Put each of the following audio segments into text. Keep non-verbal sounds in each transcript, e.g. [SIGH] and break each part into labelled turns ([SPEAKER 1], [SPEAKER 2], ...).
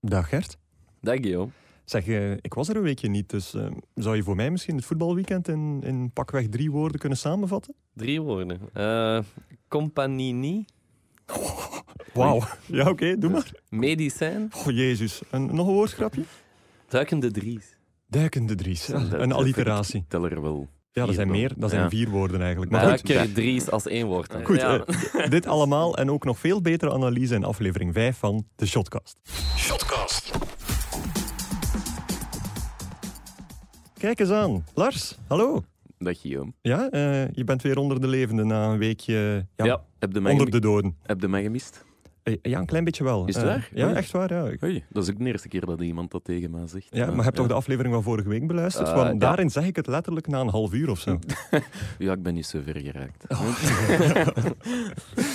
[SPEAKER 1] Dag Gert.
[SPEAKER 2] Dag Guillaume.
[SPEAKER 1] Zeg, eh, ik was er een weekje niet, dus eh, zou je voor mij misschien het voetbalweekend in, in pakweg drie woorden kunnen samenvatten?
[SPEAKER 2] Drie woorden. Eh Companini,
[SPEAKER 1] Wauw. Ja, oké, doe maar.
[SPEAKER 2] medicijn,
[SPEAKER 1] Oh, jezus. En nog een woordgrapje?
[SPEAKER 2] duikende dries.
[SPEAKER 1] Duikende Dries.
[SPEAKER 2] Dat- dat-
[SPEAKER 1] Een alliteratie.
[SPEAKER 2] Tel er wel.
[SPEAKER 1] Ja, dat zijn
[SPEAKER 2] vier
[SPEAKER 1] meer. Dat zijn
[SPEAKER 2] Ja.
[SPEAKER 1] vier woorden eigenlijk. Maar goed,
[SPEAKER 2] Duiker dries als één woord. hè.
[SPEAKER 1] goed
[SPEAKER 2] Ja.
[SPEAKER 1] eh, dit allemaal en ook nog veel betere analyse in aflevering 5 van de Shotcast.
[SPEAKER 3] Shotcast.
[SPEAKER 1] Kijk eens aan. Lars, hallo.
[SPEAKER 4] Dag Guillaume.
[SPEAKER 1] Ja, eh, je bent weer onder de levenden na een weekje ja,
[SPEAKER 2] Ja.
[SPEAKER 4] Heb je mij,
[SPEAKER 1] onder
[SPEAKER 4] gemi-
[SPEAKER 1] de doden.
[SPEAKER 4] heb je mij gemist?
[SPEAKER 1] Eh, Ja, een klein beetje wel.
[SPEAKER 4] Is het
[SPEAKER 1] Eh,
[SPEAKER 4] waar?
[SPEAKER 1] Ja,
[SPEAKER 4] Oei.
[SPEAKER 1] echt waar. Ja. Ik-
[SPEAKER 4] Hoi, dat is ook de eerste keer dat iemand dat tegen mij zegt.
[SPEAKER 1] Ja, maar heb toch de aflevering van vorige week beluisterd?
[SPEAKER 4] Eh,
[SPEAKER 1] Want
[SPEAKER 4] ja.
[SPEAKER 1] daarin zeg ik het letterlijk na een half uur of
[SPEAKER 4] [LAUGHS]
[SPEAKER 1] zo.
[SPEAKER 4] Ja, ik ben niet zo ver geraakt.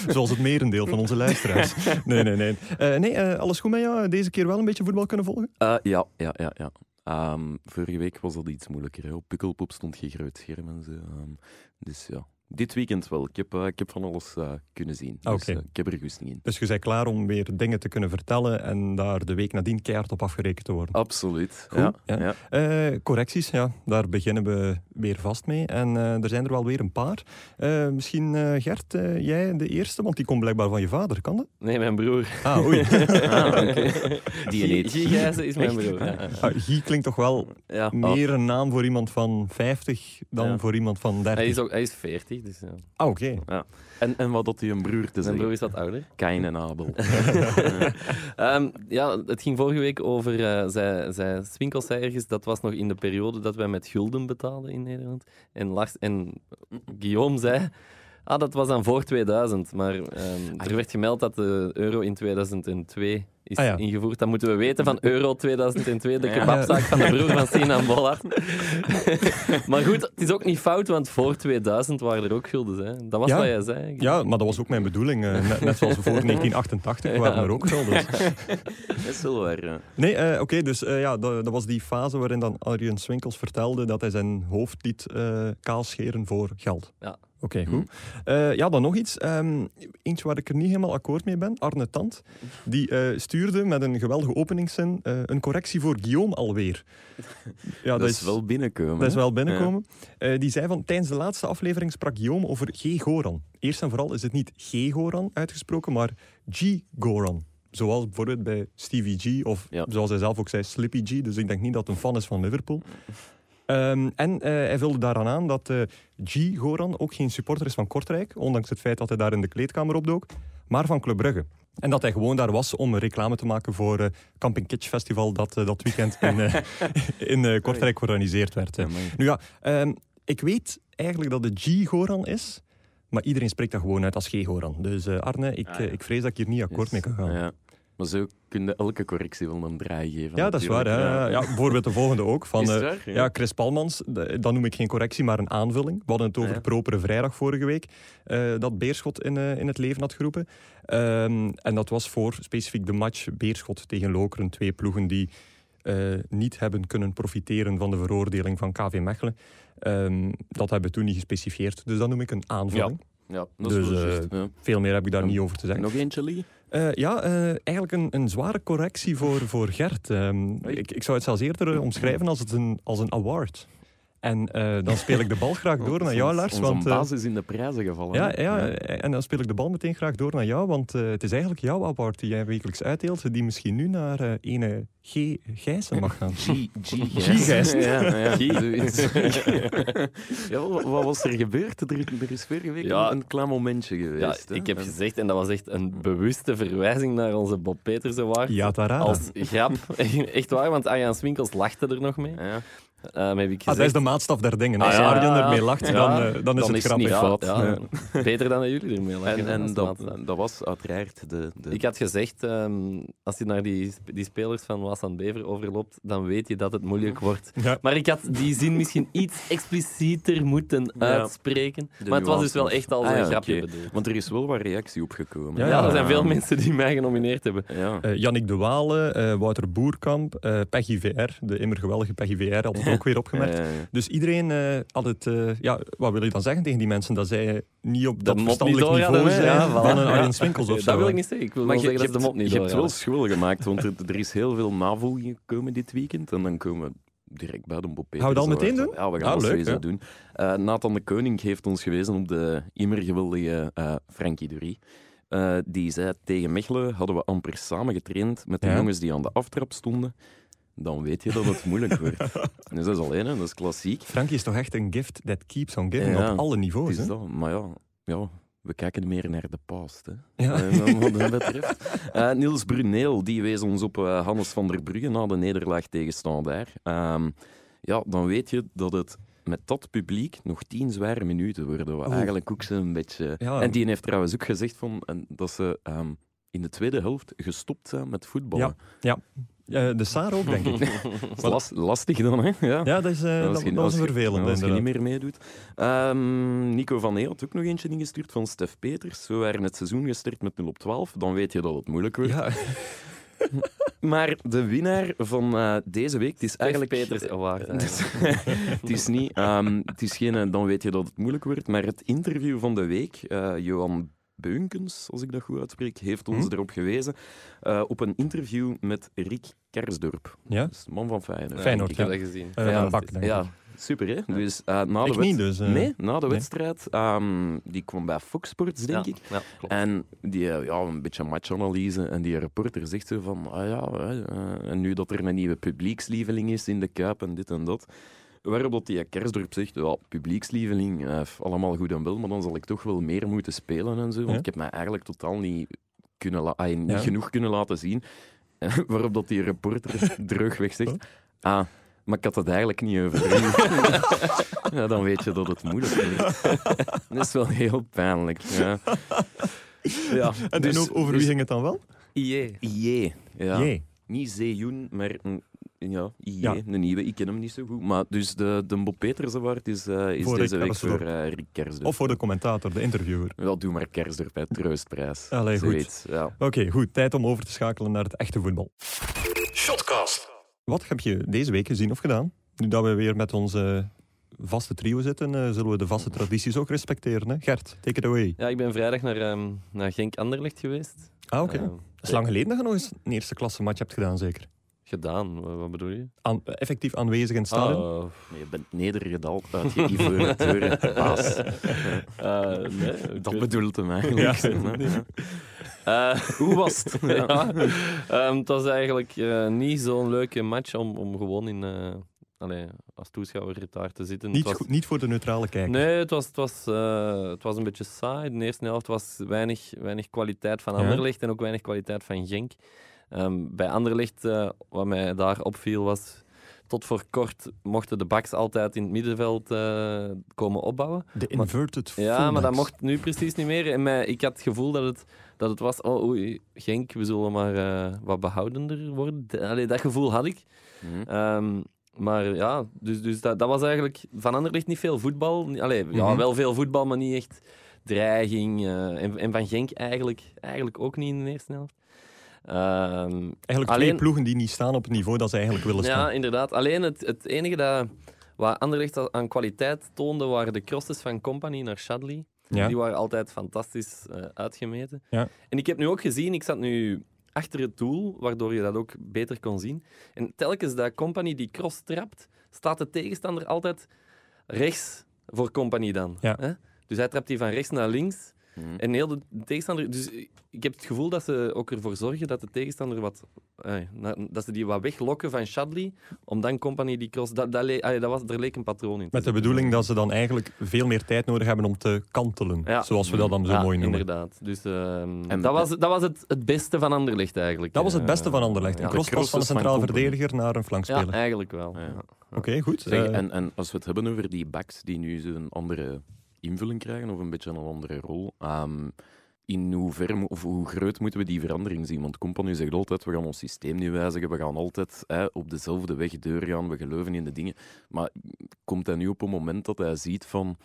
[SPEAKER 1] Zoals het merendeel van onze luisteraars.
[SPEAKER 4] [LAUGHS]
[SPEAKER 1] Nee, nee, nee. Eh, nee, eh, alles goed met jou? Deze keer wel een beetje voetbal kunnen volgen?
[SPEAKER 4] Eh, ja, ja, ja. ja. Ehm, vorige week was dat iets moeilijker. Hè. Op Pukkelpop stond geen groot scherm en zo. Ehm, dus ja, dit weekend wel. Ik heb, eh, ik heb van alles eh, kunnen zien. Dus,
[SPEAKER 1] Oké.
[SPEAKER 4] eh, ik heb er goesting in.
[SPEAKER 1] Dus je bent klaar om weer dingen te kunnen vertellen en daar de week nadien keihard op afgerekend te worden.
[SPEAKER 4] Absoluut.
[SPEAKER 1] Goed,
[SPEAKER 4] ja,
[SPEAKER 1] ja.
[SPEAKER 4] ja.
[SPEAKER 1] Eh, correcties, ja, daar beginnen we weer vast mee. En eh, er zijn er wel weer een paar. Eh, misschien eh, Gert, eh, jij de eerste, want die komt blijkbaar van je vader, kan dat?
[SPEAKER 2] Nee, mijn broer.
[SPEAKER 1] Ah, [LAUGHS] oei.
[SPEAKER 4] Ah,
[SPEAKER 2] [LAUGHS]
[SPEAKER 4] oké. Die
[SPEAKER 2] Guy-
[SPEAKER 4] eet.
[SPEAKER 2] Guy Gijzen is mijn
[SPEAKER 4] Echt?
[SPEAKER 2] broer. Ja.
[SPEAKER 1] Ah, Guy klinkt toch wel
[SPEAKER 2] Ja.
[SPEAKER 1] meer een naam voor iemand van 50 dan
[SPEAKER 2] Ah. Ja.
[SPEAKER 1] voor iemand van 30.
[SPEAKER 2] Hij, is ook, hij is 40, dus ja.
[SPEAKER 1] Ah, oké.
[SPEAKER 4] En, en wat had hij een broer te
[SPEAKER 2] mijn
[SPEAKER 4] zeggen?
[SPEAKER 2] broer is wat ouder.
[SPEAKER 4] Kain en Abel.
[SPEAKER 2] Ehm, ja, het ging vorige week over. eh, zij, zij, Swinkels zei ergens dat was nog in de periode dat wij met gulden betaalden in Nederland. En, Lars, en Guillaume zei. Ah, dat was dan voor 2000. Maar ehm,
[SPEAKER 4] Ah,
[SPEAKER 2] er
[SPEAKER 4] ja.
[SPEAKER 2] werd gemeld dat de euro in 2002 is
[SPEAKER 1] Ah, ja.
[SPEAKER 2] ingevoerd. Dan moeten we weten van euro 2002, de
[SPEAKER 4] Ja.
[SPEAKER 2] kebabzaak
[SPEAKER 1] [LAUGHS]
[SPEAKER 2] van de broer van Sinan Bollard. [LAUGHS] maar goed, het is ook niet fout, want voor 2000 waren er ook gulden. Hè. Dat was
[SPEAKER 1] Ja.
[SPEAKER 2] wat jij zei.
[SPEAKER 1] Ja, maar dat was ook mijn bedoeling. eh, net, net zoals voor
[SPEAKER 2] [LAUGHS]
[SPEAKER 1] 1988 waren er ook gulden.
[SPEAKER 4] [LAUGHS] dat is wel waar. ja.
[SPEAKER 1] Nee, eh, oké, dus eh, ja, dat, dat was die fase waarin dan Arjen Swinkels vertelde dat hij zijn hoofd liet eh, kaalscheren voor geld.
[SPEAKER 2] Ja. Mm.
[SPEAKER 1] Oké, goed. Eh, ja, dan nog iets. Ehm, eentje waar ik er niet helemaal akkoord mee ben. Arne Tant, die eh, stuurde met een geweldige openingszin eh, een correctie voor Guillaume
[SPEAKER 2] [LAUGHS]
[SPEAKER 1] alweer. Ja,
[SPEAKER 4] dat, is wel binnenkomen.
[SPEAKER 1] Dat is
[SPEAKER 4] hè.
[SPEAKER 1] wel binnenkomen. Eh, die zei van, tijdens de laatste aflevering sprak Guillaume over G. Goran. Eerst en vooral is het niet G. Goran uitgesproken, maar G. Goran. Zoals bijvoorbeeld bij Stevie G, of
[SPEAKER 4] Ja.
[SPEAKER 1] zoals hij zelf ook zei, Slippy G. Dus ik denk niet dat hij een fan is van Liverpool. Ehm, en eh, hij vulde daaraan aan dat eh, G. Goran ook geen supporter is van Kortrijk, ondanks het feit dat hij daar in de kleedkamer opdook, maar van Club Brugge. En dat hij gewoon daar was om reclame te maken voor eh Camping Kitsch Festival dat eh, dat weekend in,
[SPEAKER 4] [LAUGHS]
[SPEAKER 1] eh, in eh, Kortrijk georganiseerd werd. eh.
[SPEAKER 4] Amai.
[SPEAKER 1] Nu ja, ehm, ik weet eigenlijk dat het G-Goran is, maar iedereen spreekt dat gewoon uit als G-Goran. Dus eh, Arne, ik,
[SPEAKER 4] Ah, ja.
[SPEAKER 1] eh, ik vrees dat ik hier niet akkoord
[SPEAKER 4] Yes.
[SPEAKER 1] mee kan gaan. Ja.
[SPEAKER 4] Ja. Maar zo kun je elke correctie wel een draai geven.
[SPEAKER 1] dat is waar.
[SPEAKER 4] natuurlijk.
[SPEAKER 1] Hè. Ja. bijvoorbeeld de volgende ook. Van,
[SPEAKER 4] Is het
[SPEAKER 1] eh,
[SPEAKER 4] waar? Ja.
[SPEAKER 1] ja, Chris Palmans, de- dat noem ik geen correctie, maar een aanvulling. We hadden het over
[SPEAKER 4] Ah, ja.
[SPEAKER 1] Propere Vrijdag vorige week, eh, dat Beerschot in, eh, in het leven had geroepen. Ehm, en dat was voor specifiek de match Beerschot tegen Lokeren. Twee ploegen die eh, niet hebben kunnen profiteren van de veroordeling van KV Mechelen. Ehm, dat hebben we toen niet gespecifieerd, dus dat noem ik een aanvulling.
[SPEAKER 4] Ja, dat
[SPEAKER 1] Dus,
[SPEAKER 4] is wel
[SPEAKER 1] eh,
[SPEAKER 4] juist, ja.
[SPEAKER 1] Veel meer heb ik daar niet over te zeggen.
[SPEAKER 4] Nog eentje, Lee?
[SPEAKER 1] Eh, ja, eh, eigenlijk een, een zware correctie voor, voor Gert. Ehm, ik, ik zou het zelfs eerder eh, omschrijven als, het een, als een award. En eh, dan speel ik de bal graag door naar jou, Lars. Want, eh,
[SPEAKER 4] basis in de prijzen gevallen.
[SPEAKER 1] ja,
[SPEAKER 4] hè?
[SPEAKER 1] ja, en dan speel ik de bal meteen graag door naar jou, want eh, het is eigenlijk jouw award die jij wekelijks uitdeelt, die misschien nu naar eh ene G. Gijssen mag gaan. [LAUGHS]
[SPEAKER 4] G, G,
[SPEAKER 1] G-gest.
[SPEAKER 4] [LAUGHS] Ja,
[SPEAKER 1] [LAUGHS]
[SPEAKER 4] ja, zoiets. [LAUGHS] ja, wa- wat was er gebeurd? Er, er is vorige week
[SPEAKER 2] Ja.
[SPEAKER 4] een klein momentje
[SPEAKER 2] Ja,
[SPEAKER 4] geweest. hè.
[SPEAKER 2] ik heb
[SPEAKER 4] En-
[SPEAKER 2] gezegd, en dat was echt een bewuste verwijzing naar onze Bob Peters Award.
[SPEAKER 1] Ja, Ah, Tara.
[SPEAKER 2] Als grap. [LAUGHS] Echt waar, want Arjan Swinkels lachte er nog mee.
[SPEAKER 4] Ja.
[SPEAKER 2] Ehm, heb ik
[SPEAKER 1] Ah, dat is
[SPEAKER 2] gezegd.
[SPEAKER 1] de maatstaf der dingen. Als
[SPEAKER 2] Ah, ja.
[SPEAKER 1] Arjen ermee lacht,
[SPEAKER 2] Ja.
[SPEAKER 1] dan, eh, dan is het grappig.
[SPEAKER 4] niet fout.
[SPEAKER 2] Ja, ja. Beter dan dat jullie ermee lachen.
[SPEAKER 4] En, en
[SPEAKER 2] Dat is
[SPEAKER 4] dat,
[SPEAKER 2] maat dan.
[SPEAKER 4] dat was uiteraard de... de
[SPEAKER 2] Ik had gezegd, ehm, als je naar die, sp- die spelers van Wassan Bever overloopt, dan weet je dat het moeilijk wordt.
[SPEAKER 1] Ja.
[SPEAKER 2] Maar ik had die zin misschien iets explicieter moeten
[SPEAKER 4] Ja.
[SPEAKER 2] uitspreken.
[SPEAKER 4] de
[SPEAKER 2] maar het was dus
[SPEAKER 4] nuances.
[SPEAKER 2] wel echt al
[SPEAKER 4] Ah,
[SPEAKER 2] een
[SPEAKER 4] ja,
[SPEAKER 2] grapje
[SPEAKER 4] oké.
[SPEAKER 2] bedoeld.
[SPEAKER 4] Want er is wel wat reactie op gekomen.
[SPEAKER 1] Ja,
[SPEAKER 2] Ja,
[SPEAKER 1] ja.
[SPEAKER 2] er zijn veel mensen die mij genomineerd hebben.
[SPEAKER 4] Ja.
[SPEAKER 1] Eh, Yannick De Walen, eh, Wouter Boerkamp, eh Peggy VR, de immer geweldige Peggy VR, had het ook weer opgemerkt.
[SPEAKER 4] Ja, ja, ja.
[SPEAKER 1] Dus iedereen eh, had het... eh, ja, wat wil je dan zeggen tegen die mensen? Dat zij eh, niet op dat,
[SPEAKER 2] mop niet
[SPEAKER 1] verstandelijk
[SPEAKER 2] door
[SPEAKER 1] niveau
[SPEAKER 2] hadden, hè?
[SPEAKER 1] zijn
[SPEAKER 2] Ja, voilà.
[SPEAKER 1] van een
[SPEAKER 2] Ja.
[SPEAKER 1] Arjen Swinkels of zo.
[SPEAKER 2] Dat wil ik niet zeggen. Ik wil
[SPEAKER 4] Maar
[SPEAKER 2] maar
[SPEAKER 4] je,
[SPEAKER 2] zeggen dat
[SPEAKER 4] je
[SPEAKER 2] ze de mop
[SPEAKER 4] hebt,
[SPEAKER 2] niet
[SPEAKER 4] je hebt
[SPEAKER 2] door
[SPEAKER 4] wel schulden gemaakt, want er, er is heel veel navolging gekomen dit weekend. En dan komen we direct bij de Bob Peters.
[SPEAKER 1] Gaan we dat
[SPEAKER 4] Award.
[SPEAKER 1] meteen doen?
[SPEAKER 4] Ja, we gaan
[SPEAKER 1] Ah,
[SPEAKER 4] dat
[SPEAKER 1] leuk,
[SPEAKER 4] sowieso
[SPEAKER 1] ja.
[SPEAKER 4] doen. Eh, Nathan de Koning heeft ons gewezen op de immer geweldige eh, Frankie Durie. Eh, die zei, tegen Mechelen hadden we amper samen getraind met de
[SPEAKER 1] Ja.
[SPEAKER 4] jongens die aan de aftrap stonden. Dan weet je dat het moeilijk wordt.
[SPEAKER 1] [LAUGHS]
[SPEAKER 4] Dus dat is alleen, hè, dat is klassiek.
[SPEAKER 1] Frankie is toch echt een gift that keeps on giving
[SPEAKER 4] Ja,
[SPEAKER 1] op alle
[SPEAKER 4] Het
[SPEAKER 1] niveaus.
[SPEAKER 4] is
[SPEAKER 1] Oh, Hè?
[SPEAKER 4] dat. Maar ja, ja, we kijken meer naar de past. Hè.
[SPEAKER 1] Ja.
[SPEAKER 4] Eh, wat dat betreft.
[SPEAKER 1] [LAUGHS]
[SPEAKER 4] Eh, Niels Bruneel die wees ons op eh, Hannes van der Brugge na de nederlaag tegen Standaard. Ehm, ja, dan weet je dat het met dat publiek nog tien zware minuten worden. Wat
[SPEAKER 1] Oeh.
[SPEAKER 4] eigenlijk ook zo'n beetje...
[SPEAKER 1] Oh. Ja.
[SPEAKER 4] En die heeft trouwens ook gezegd van, en dat ze ehm, in de tweede helft gestopt zijn met voetballen.
[SPEAKER 1] Eh, de Saar ook,
[SPEAKER 4] [LAUGHS]
[SPEAKER 1] denk ik.
[SPEAKER 4] Dat is las- lastig dan, hè? Ja.
[SPEAKER 1] Ja, dat is, eh, dat,
[SPEAKER 4] Als je-
[SPEAKER 1] dat was
[SPEAKER 4] als
[SPEAKER 1] een
[SPEAKER 4] je-
[SPEAKER 1] vervelende.
[SPEAKER 4] Als je
[SPEAKER 1] inderdaad.
[SPEAKER 4] niet meer meedoet. Ehm, Nico van Heel had ook nog eentje ingestuurd van Stef Peters. We waren het seizoen gestart met 0 op 12. Dan weet je dat het moeilijk wordt.
[SPEAKER 1] Ja,
[SPEAKER 4] Maar de winnaar van eh, deze week, het is eigenlijk...
[SPEAKER 2] Peters [LAUGHS] Award. eigenlijk.
[SPEAKER 4] [LAUGHS] het is niet... ehm, het is geen, eh, dan weet je dat het moeilijk wordt. Maar het interview van de week, eh, Johan Beunkens, als ik dat goed uitspreek, heeft ons
[SPEAKER 1] Hm?
[SPEAKER 4] erop gewezen. eh, op een interview met Rick Kersdorp.
[SPEAKER 1] ja?
[SPEAKER 4] Dat is de man van Feyenoord.
[SPEAKER 1] Feyenoord,
[SPEAKER 2] Ik heb
[SPEAKER 1] ja.
[SPEAKER 2] dat gezien.
[SPEAKER 1] Eh,
[SPEAKER 4] Ja,
[SPEAKER 1] een bak, denk ik.
[SPEAKER 2] Ja,
[SPEAKER 4] Super, hè? Dus eh, na de
[SPEAKER 1] Ik
[SPEAKER 4] wed-
[SPEAKER 1] niet, dus... eh,
[SPEAKER 4] nee, na de
[SPEAKER 1] nee.
[SPEAKER 4] wedstrijd. ehm, die kwam bij Fox Sports, denk
[SPEAKER 2] ja,
[SPEAKER 4] ik.
[SPEAKER 2] Ja, klopt.
[SPEAKER 4] En die, eh, ja, een beetje matchanalyse. En die reporter zegt zo van, ah ja, hè, eh, en nu dat er een nieuwe publiekslieveling is in de Kuip en dit en dat. Waarop dat die Kersdorp zegt, ja, publiekslieveling, eh, allemaal goed en wel, maar dan zal ik toch wel meer moeten spelen en zo. Want
[SPEAKER 1] Ja.
[SPEAKER 4] ik heb mij eigenlijk totaal niet, kunnen la- ah, niet
[SPEAKER 1] Ja.
[SPEAKER 4] genoeg kunnen laten zien. [LAUGHS] Waarop dat die reporter [LAUGHS] droogweg
[SPEAKER 1] Oh.
[SPEAKER 4] zegt, ah, maar ik had het eigenlijk niet over. [LAUGHS] ja, dan weet je dat het moeilijk is. [LAUGHS] dat is wel heel pijnlijk. Ja. Ja,
[SPEAKER 1] En toen ook, over wie ging het dan wel?
[SPEAKER 2] IE.
[SPEAKER 4] IE. Dus E. Ja.
[SPEAKER 1] Jee.
[SPEAKER 4] Niet Zeejoen, maar een, ja, IE,
[SPEAKER 1] Ja.
[SPEAKER 4] een nieuwe. Ik ken hem niet zo goed. Maar dus de, de Bob Peters Award is, eh, is
[SPEAKER 1] Voor
[SPEAKER 4] deze
[SPEAKER 1] Rick
[SPEAKER 4] week voor
[SPEAKER 1] Kersdorp.
[SPEAKER 4] eh Rick Kersdorp.
[SPEAKER 1] Of voor de commentator, de interviewer.
[SPEAKER 4] Wel, doe maar Kersdorp, hè. troostprijs.
[SPEAKER 1] Allee, goed.
[SPEAKER 4] Zoiets, ja.
[SPEAKER 1] Oké, goed. Tijd om over te schakelen naar het echte voetbal. Shotcast. Wat heb je deze week gezien of gedaan? Nu dat we weer met onze vaste trio zitten, eh, zullen we de vaste tradities ook respecteren. Hè? Gert, take it away.
[SPEAKER 2] Ja, ik ben vrijdag naar, ehm, naar Genk Anderlecht geweest.
[SPEAKER 1] Ah, oké.
[SPEAKER 2] Ehm,
[SPEAKER 1] Het is lang geleden dat je nog eens een eerste klasse match hebt gedaan, zeker?
[SPEAKER 2] gedaan, wat, wat bedoel je?
[SPEAKER 1] Aan- effectief aanwezig in het stadion?
[SPEAKER 2] Ah, eh,
[SPEAKER 4] Je bent nedergedaald uit je
[SPEAKER 1] [LAUGHS]
[SPEAKER 4] ivoren deuren, baas.
[SPEAKER 2] eh, [LAUGHS] nee, ik
[SPEAKER 4] Dat
[SPEAKER 2] weet-
[SPEAKER 4] bedoelt hem eigenlijk.
[SPEAKER 1] Ja.
[SPEAKER 4] Ja.
[SPEAKER 2] Eh,
[SPEAKER 4] Hoe was het?
[SPEAKER 2] [LAUGHS] ja. Ehm, het was eigenlijk eh, niet zo'n leuke match om, om gewoon in, eh, allee, als toeschouwer daar te zitten.
[SPEAKER 1] niet,
[SPEAKER 2] Het was-
[SPEAKER 1] goed- niet voor de neutrale kijker.
[SPEAKER 2] Nee, het was, het, was, eh, het was een beetje saai. De eerste helft was weinig, weinig kwaliteit van
[SPEAKER 1] Ja.
[SPEAKER 2] Anderlecht en ook weinig kwaliteit van Genk. Ehm, bij Anderlecht, eh, wat mij daar opviel, was tot voor kort mochten de backs altijd in het middenveld eh, komen opbouwen.
[SPEAKER 1] De inverted
[SPEAKER 2] Ja, maar dat
[SPEAKER 1] fullbacks.
[SPEAKER 2] mocht nu precies niet meer. En mij, ik had het gevoel dat het, dat het was, oh oei, Genk, we zullen maar eh, wat behoudender worden. Allee, dat gevoel had ik.
[SPEAKER 4] Mhm.
[SPEAKER 2] Ehm, maar ja, dus, dus dat, dat was eigenlijk van Anderlecht niet veel voetbal. Ni- Allee, ja,
[SPEAKER 1] Mhm.
[SPEAKER 2] wel veel voetbal, maar niet echt dreiging. eh, en, en van Genk eigenlijk, eigenlijk ook niet in de eerste helft. Ehm,
[SPEAKER 1] Eigenlijk
[SPEAKER 2] alleen-
[SPEAKER 1] twee ploegen die niet staan op het niveau dat ze eigenlijk willen staan.
[SPEAKER 2] ja, inderdaad. Alleen het, het enige dat, wat Anderlecht al- aan kwaliteit toonde, waren de crosses van Company naar Shadley.
[SPEAKER 1] Ja.
[SPEAKER 2] Die waren altijd fantastisch eh, uitgemeten.
[SPEAKER 1] Ja.
[SPEAKER 2] En ik heb nu ook gezien, ik zat nu achter het doel, waardoor je dat ook beter kon zien. En telkens dat Company die cross trapt, staat de tegenstander altijd rechts voor Company dan.
[SPEAKER 1] Ja.
[SPEAKER 2] Hè? Dus hij trapt die van rechts naar links.
[SPEAKER 4] Mhm.
[SPEAKER 2] En heel de tegenstander... Dus ik heb het gevoel dat ze ook ervoor zorgen dat de tegenstander wat... eh, na- dat ze die wat weglokken van Shadley, om dan Company die cross... Dat, dat, le- allee, dat was, er leek een patroon in. te
[SPEAKER 1] Met de bedoeling dat ze dan eigenlijk veel meer tijd nodig hebben om te kantelen.
[SPEAKER 2] Ja.
[SPEAKER 1] Zoals we dat dan zo
[SPEAKER 2] ja,
[SPEAKER 1] mooi noemen.
[SPEAKER 2] inderdaad. Dus ehm,
[SPEAKER 4] En-
[SPEAKER 2] dat was, dat was het, het beste van Anderlecht eigenlijk.
[SPEAKER 1] Dat was het
[SPEAKER 2] Eh,
[SPEAKER 1] beste van Anderlecht.
[SPEAKER 2] ja.
[SPEAKER 1] Een crosspas van een
[SPEAKER 4] crosses van
[SPEAKER 1] centraal
[SPEAKER 4] Kompany.
[SPEAKER 1] verdediger naar een
[SPEAKER 2] Ja,
[SPEAKER 1] flankspeler.
[SPEAKER 2] eigenlijk wel.
[SPEAKER 4] Ja.
[SPEAKER 2] Ja.
[SPEAKER 1] Oké, goed.
[SPEAKER 4] Zeg,
[SPEAKER 1] Eh,
[SPEAKER 4] en, en als we het hebben over die backs die nu zo'n andere invulling krijgen, of een beetje een andere rol, ehm, in hoever mo- of hoe groot moeten we die verandering zien? Want Company zegt altijd, we gaan ons systeem niet wijzigen, we gaan altijd hè, op dezelfde weg deur gaan, we geloven in de dingen. Maar komt hij nu op een moment dat hij ziet van,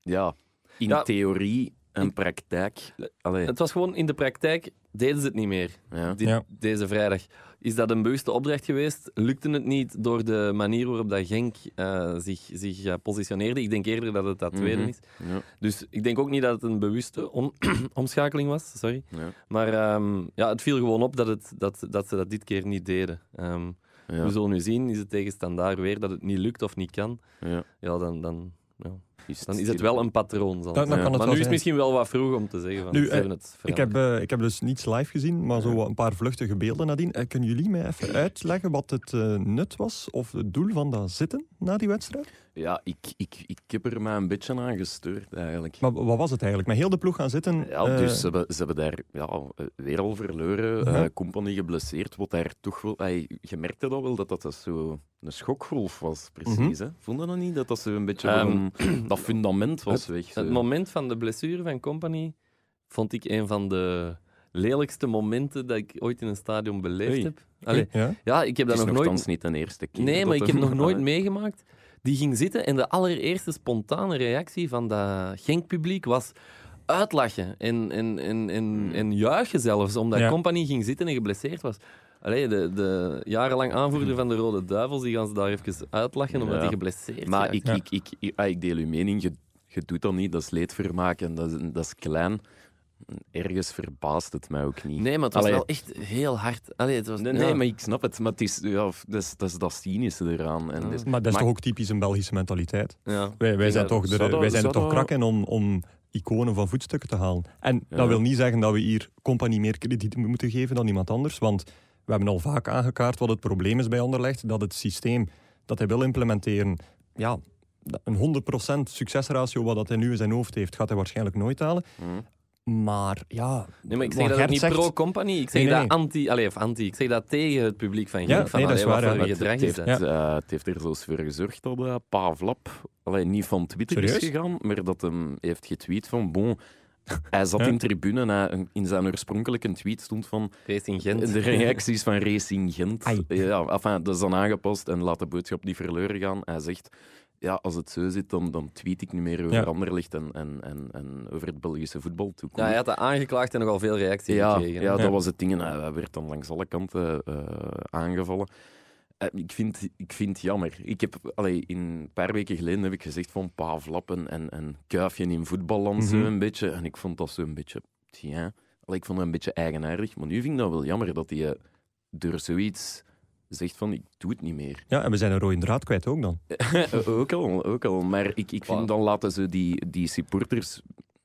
[SPEAKER 4] ja, in
[SPEAKER 2] Ja.
[SPEAKER 4] theorie... en praktijk. Allee,
[SPEAKER 2] Het was gewoon in de praktijk deden ze het niet meer.
[SPEAKER 4] ja.
[SPEAKER 2] Dit-
[SPEAKER 1] Ja.
[SPEAKER 2] Deze vrijdag. Is dat een bewuste opdracht geweest? Lukte het niet door de manier waarop dat Genk eh, zich, zich eh, positioneerde? Ik denk eerder dat het dat tweede
[SPEAKER 4] Mhm.
[SPEAKER 2] is.
[SPEAKER 4] Ja.
[SPEAKER 2] Dus ik denk ook niet dat het een bewuste om- [CLEARS THROAT] omschakeling was. Sorry.
[SPEAKER 4] Ja.
[SPEAKER 2] Maar ehm, ja, het viel gewoon op dat, het, dat, dat ze dat dit keer niet deden. Ehm,
[SPEAKER 4] Ja.
[SPEAKER 2] We zullen nu zien, is het tegenstandaar weer dat het niet lukt of niet kan?
[SPEAKER 4] Ja.
[SPEAKER 2] Ja, dan, dan, ja.
[SPEAKER 4] Is
[SPEAKER 2] dan is het wel een patroon. Zal
[SPEAKER 1] Dan-
[SPEAKER 2] ik
[SPEAKER 1] dan
[SPEAKER 2] zeggen.
[SPEAKER 1] kan het wel
[SPEAKER 2] maar nu is
[SPEAKER 1] zijn.
[SPEAKER 2] het misschien wel wat vroeg om te zeggen. Van,
[SPEAKER 1] Nu,
[SPEAKER 2] ze
[SPEAKER 1] eh,
[SPEAKER 2] hebben het
[SPEAKER 1] Ik
[SPEAKER 2] veranderd.
[SPEAKER 1] heb, eh, ik heb dus niets live gezien, maar zo wat een paar vluchtige beelden nadien. Eh, kunnen jullie mij even uitleggen wat het eh, nut was of het doel van dat zitten na die wedstrijd?
[SPEAKER 4] Ja, ik, ik, ik heb er mij een beetje aan gestoord eigenlijk.
[SPEAKER 1] Maar w- wat was het eigenlijk? Met heel de ploeg gaan zitten?
[SPEAKER 4] Ja,
[SPEAKER 1] eh,
[SPEAKER 4] dus ze hebben, ze hebben daar ja, eh, weer al verloren. eh
[SPEAKER 1] Ja.
[SPEAKER 4] company geblesseerd. Wat daar toch wel. ey, je merkte dat wel dat dat, dat zo een schokgolf was, precies.
[SPEAKER 1] Mhm.
[SPEAKER 4] hè? Vonden dat niet? Dat dat zo een beetje.
[SPEAKER 2] Ehm,
[SPEAKER 4] gewoon- dat fundament was weg. zo.
[SPEAKER 2] Het moment van de blessure van Company vond ik een van de lelijkste momenten dat ik ooit in een stadion beleefd
[SPEAKER 4] Oei.
[SPEAKER 2] heb. eh, Allee,
[SPEAKER 1] eh, Ja?
[SPEAKER 2] ja, ik heb
[SPEAKER 4] Het
[SPEAKER 2] dat
[SPEAKER 4] is
[SPEAKER 2] nog
[SPEAKER 4] nogthans
[SPEAKER 2] nooit...
[SPEAKER 4] niet de eerste keer.
[SPEAKER 2] Nee,
[SPEAKER 4] dat
[SPEAKER 2] maar ik heb
[SPEAKER 4] hem-
[SPEAKER 2] nog
[SPEAKER 4] [LAUGHS]
[SPEAKER 2] nooit
[SPEAKER 4] Allee.
[SPEAKER 2] meegemaakt. Die ging zitten en de allereerste spontane reactie van dat Genk-publiek was uitlachen en, en, en,
[SPEAKER 4] Hmm.
[SPEAKER 2] en, en juichen zelfs, omdat
[SPEAKER 1] Ja.
[SPEAKER 2] Company ging zitten en geblesseerd was. Allee, de, de jarenlang aanvoerder van de Rode Duivels, die gaan ze daar even uitlachen omdat
[SPEAKER 4] Ja.
[SPEAKER 2] hij geblesseerd is.
[SPEAKER 4] Maar ik,
[SPEAKER 1] Ja.
[SPEAKER 4] ik, ik, ik, ah, ik deel uw mening. Je, je doet dat niet. Dat is leedvermaak en dat, is- dat is klein. Ergens verbaast het mij ook niet.
[SPEAKER 2] Nee, maar het was
[SPEAKER 4] Allee.
[SPEAKER 2] wel echt heel hard. Allee, het was,
[SPEAKER 4] Nee,
[SPEAKER 2] ja.
[SPEAKER 4] nee, maar ik snap het. Maar het is, ja, f- dat, is, dat, is dat cynische eraan. En
[SPEAKER 2] Ja.
[SPEAKER 4] dus-
[SPEAKER 1] Maar dat is
[SPEAKER 4] Maar-
[SPEAKER 1] toch ook typisch een Belgische mentaliteit?
[SPEAKER 2] Ja.
[SPEAKER 1] Wij, wij
[SPEAKER 4] Ja,
[SPEAKER 1] zijn toch, de-
[SPEAKER 4] zou dat-
[SPEAKER 1] wij zijn er
[SPEAKER 4] zou
[SPEAKER 1] toch
[SPEAKER 4] dat-
[SPEAKER 1] krakken om, om iconen van voetstukken te halen. En
[SPEAKER 4] Ja.
[SPEAKER 1] dat wil niet zeggen dat we hier compagnie meer krediet moeten geven dan iemand anders. Want we hebben al vaak aangekaart wat het probleem is bij Anderlecht. Dat het systeem dat hij wil implementeren, ja, dat- een 100% succesratio wat dat hij nu in zijn hoofd heeft, gaat hij waarschijnlijk nooit halen.
[SPEAKER 4] Mhm.
[SPEAKER 1] Maar ja,
[SPEAKER 2] Nee, maar ik zeg
[SPEAKER 1] wat
[SPEAKER 2] dat het
[SPEAKER 1] Gert
[SPEAKER 2] niet
[SPEAKER 1] zegt-
[SPEAKER 2] pro-company, ik zeg
[SPEAKER 1] Nee, nee,
[SPEAKER 2] dat anti... Allee, of anti, ik zeg dat tegen het publiek van Genk.
[SPEAKER 1] Ja,
[SPEAKER 2] van,
[SPEAKER 1] nee, dat
[SPEAKER 2] allee,
[SPEAKER 1] is
[SPEAKER 2] wat
[SPEAKER 1] waar, ja.
[SPEAKER 2] voor
[SPEAKER 1] Maar
[SPEAKER 4] Het
[SPEAKER 2] gedrag is
[SPEAKER 4] heeft,
[SPEAKER 2] dat?
[SPEAKER 4] eh, het heeft er zelfs voor gezorgd dat eh, Pavlap allee, niet van Twitter is
[SPEAKER 1] Serieus?
[SPEAKER 4] gegaan, maar dat hem heeft getweet van bon. [LAUGHS] Hij zat
[SPEAKER 1] Ja.
[SPEAKER 4] in tribune en hij- in zijn oorspronkelijke tweet stond van
[SPEAKER 2] Race in Gent.
[SPEAKER 4] de reacties van Racing Gent.
[SPEAKER 1] Ai.
[SPEAKER 4] Ja, enfin, dat is dan aangepast en laat de boodschap niet verloren gaan. Hij zegt, ja, als het zo zit, dan, dan tweet ik niet meer over
[SPEAKER 1] Ja.
[SPEAKER 4] Anderlecht en, en, en, en over het Belgische voetbal
[SPEAKER 2] Ja, hij had dat aangeklaagd en nogal veel reacties
[SPEAKER 4] ja,
[SPEAKER 2] gekregen. hè.
[SPEAKER 4] ja,
[SPEAKER 1] Ja.
[SPEAKER 4] dat was het ding. En hij hij werd dan langs alle kanten eh, aangevallen. Eh, ik, vind, ik vind het jammer. Ik heb, allee, in, een paar weken geleden heb ik gezegd van Pavlap en, en, en Kuifje in voetballand zo
[SPEAKER 1] Mhm.
[SPEAKER 4] een beetje. En ik vond dat zo een beetje... Tja, Allee, ik vond dat een beetje eigenaardig. Maar nu vind ik dat wel jammer dat hij eh, door zoiets zegt van ik doe het niet
[SPEAKER 1] [LAUGHS]
[SPEAKER 4] meer. Eh,
[SPEAKER 1] ja, en we zijn een rode draad kwijt ook dan.
[SPEAKER 4] ook, al, ook al. Maar ik, ik
[SPEAKER 2] Wow.
[SPEAKER 4] vind dan laten ze die, die supporters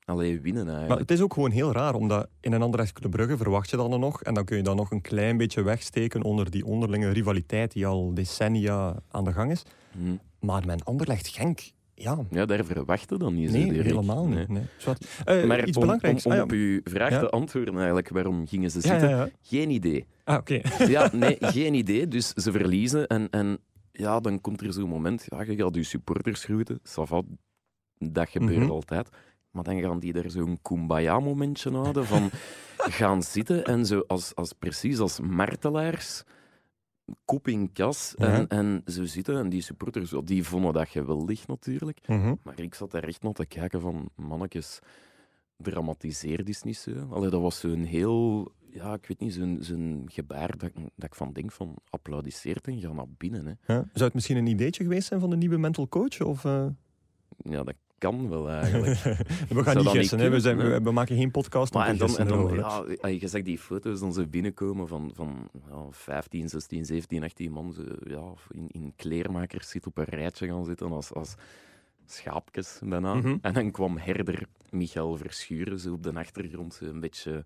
[SPEAKER 4] allee, winnen
[SPEAKER 1] Maar
[SPEAKER 4] eigenlijk.
[SPEAKER 1] het is ook gewoon heel raar, omdat in een andere Club Brugge verwacht je dat dan nog. En dan kun je dat nog een klein beetje wegsteken onder die onderlinge rivaliteit die al decennia aan de gang is.
[SPEAKER 4] Hm.
[SPEAKER 1] Maar mijn Anderlecht Genk, ja,
[SPEAKER 4] Ja, daar verwachten dan niet zo
[SPEAKER 1] nee,
[SPEAKER 4] direct.
[SPEAKER 1] helemaal
[SPEAKER 4] Nee.
[SPEAKER 1] niet. Nee. Zwart. Eh,
[SPEAKER 4] Maar
[SPEAKER 1] iets
[SPEAKER 4] om,
[SPEAKER 1] belangrijks.
[SPEAKER 4] om, om
[SPEAKER 1] Ah,
[SPEAKER 4] op uw vraag
[SPEAKER 1] Ja.
[SPEAKER 4] te antwoorden eigenlijk, waarom gingen ze
[SPEAKER 1] ja.
[SPEAKER 4] zitten?
[SPEAKER 1] Ja, ja, ja.
[SPEAKER 4] Geen idee.
[SPEAKER 1] Ah, oké. [LAUGHS]
[SPEAKER 4] Ja, nee, [LAUGHS] geen idee. Dus ze verliezen en, en ja, dan komt er zo'n moment, ja, je gaat je supporters groeten, ça va, dat gebeurt
[SPEAKER 1] Mhm.
[SPEAKER 4] altijd. Maar dan gaan die er zo'n kumbaya-momentje houden
[SPEAKER 1] [LAUGHS]
[SPEAKER 4] van gaan zitten en zo als, als, precies als martelaars, kop in kas en,
[SPEAKER 1] Ja.
[SPEAKER 4] en zo zitten. En die supporters, wel, die vonden dat geweldig natuurlijk.
[SPEAKER 1] Mhm.
[SPEAKER 4] Maar ik zat daar echt nog te kijken van, mannetjes, dramatiseer dit niet zo. Allee, dat was zo'n heel, ja, ik weet niet, zo'n zo'n gebaar dat, ik- dat ik van denk van, applaudisseert en ga naar binnen. Hè.
[SPEAKER 1] Ja. Zou het misschien een ideetje geweest zijn van de nieuwe mental coach? Of, eh?
[SPEAKER 4] Ja, dat kan wel eigenlijk.
[SPEAKER 1] We
[SPEAKER 4] dat
[SPEAKER 1] gaan niet
[SPEAKER 4] niet
[SPEAKER 1] gissen, hè. we,
[SPEAKER 4] kunnen,
[SPEAKER 1] zijn,
[SPEAKER 4] hè?
[SPEAKER 1] we, we maken geen podcast om
[SPEAKER 4] maar
[SPEAKER 1] te
[SPEAKER 4] en dan,
[SPEAKER 1] gissen
[SPEAKER 4] en dan
[SPEAKER 1] erover, hè.
[SPEAKER 4] ja, als je zegt die foto's dan ze binnenkomen van, van ja, 15, 16, 17, 18 man, ze, ja, in, in kleermakers zitten op een rijtje gaan zitten als... als Schaapjes bijna.
[SPEAKER 1] Mhm.
[SPEAKER 4] En dan kwam herder Michael Verschuren zo op de achtergrond zo een beetje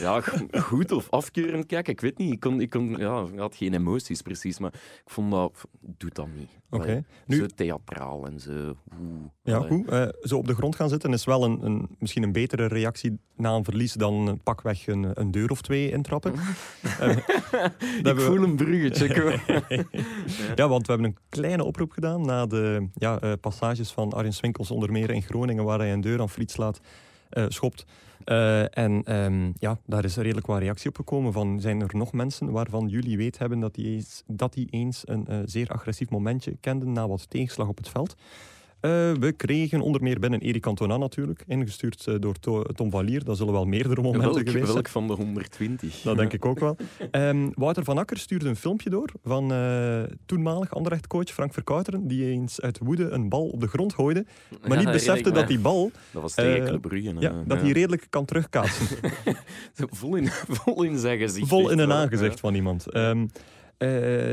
[SPEAKER 4] Ja, [LAUGHS] go- goed of afkeurend kijken, ik weet niet. Ik, kon, ik, kon, ja, ik had geen emoties precies, maar ik vond dat... Doe dat niet.
[SPEAKER 1] Oké.
[SPEAKER 4] Allee,
[SPEAKER 1] Nu-
[SPEAKER 4] Zo theatraal en zo... oeh,
[SPEAKER 1] Ja,
[SPEAKER 4] allee.
[SPEAKER 1] goed. Eh, zo op de grond gaan zitten is wel een, een, misschien een betere reactie na een verlies dan eh, pakweg een, een deur of twee intrappen. Eh,
[SPEAKER 4] Ik
[SPEAKER 1] dat we-
[SPEAKER 4] voel een bruggetje.
[SPEAKER 1] [LAUGHS]
[SPEAKER 4] ik hoor.
[SPEAKER 1] Ja, want we hebben een kleine oproep gedaan na de ja, eh, passages van Arjen Swinkels onder meer in Groningen, waar hij een deur aan friet slaat, eh, schopt. Eh, en ehm, ja, daar is redelijk wat reactie op gekomen van zijn er nog mensen waarvan jullie weet hebben dat die eens, dat die eens een eh, zeer agressief momentje kenden na wat tegenslag op het veld. Eh, we kregen onder meer binnen Erik Cantona natuurlijk, ingestuurd eh, door To- Tom Valier. Dat zullen wel meerdere momenten
[SPEAKER 4] Welk,
[SPEAKER 1] geweest zijn.
[SPEAKER 4] welk van de 120?
[SPEAKER 1] Dat denk ik ook wel. Ehm, Wouter van Akker stuurde een filmpje door van eh, toenmalig Anderlecht-coach Frank Verkouteren, die eens uit woede een bal op de grond gooide, maar niet besefte dat die bal
[SPEAKER 4] Dat was tegen
[SPEAKER 1] Eh,
[SPEAKER 4] Club Brugge.
[SPEAKER 1] ja,
[SPEAKER 4] hè.
[SPEAKER 1] dat die redelijk kan [LAUGHS] terugkaatsen.
[SPEAKER 4] [LAUGHS] Vol, in, vol in zijn gezicht.
[SPEAKER 1] Vol
[SPEAKER 4] echt
[SPEAKER 1] in een
[SPEAKER 4] wel.
[SPEAKER 1] aangezicht van iemand. Ehm, eh,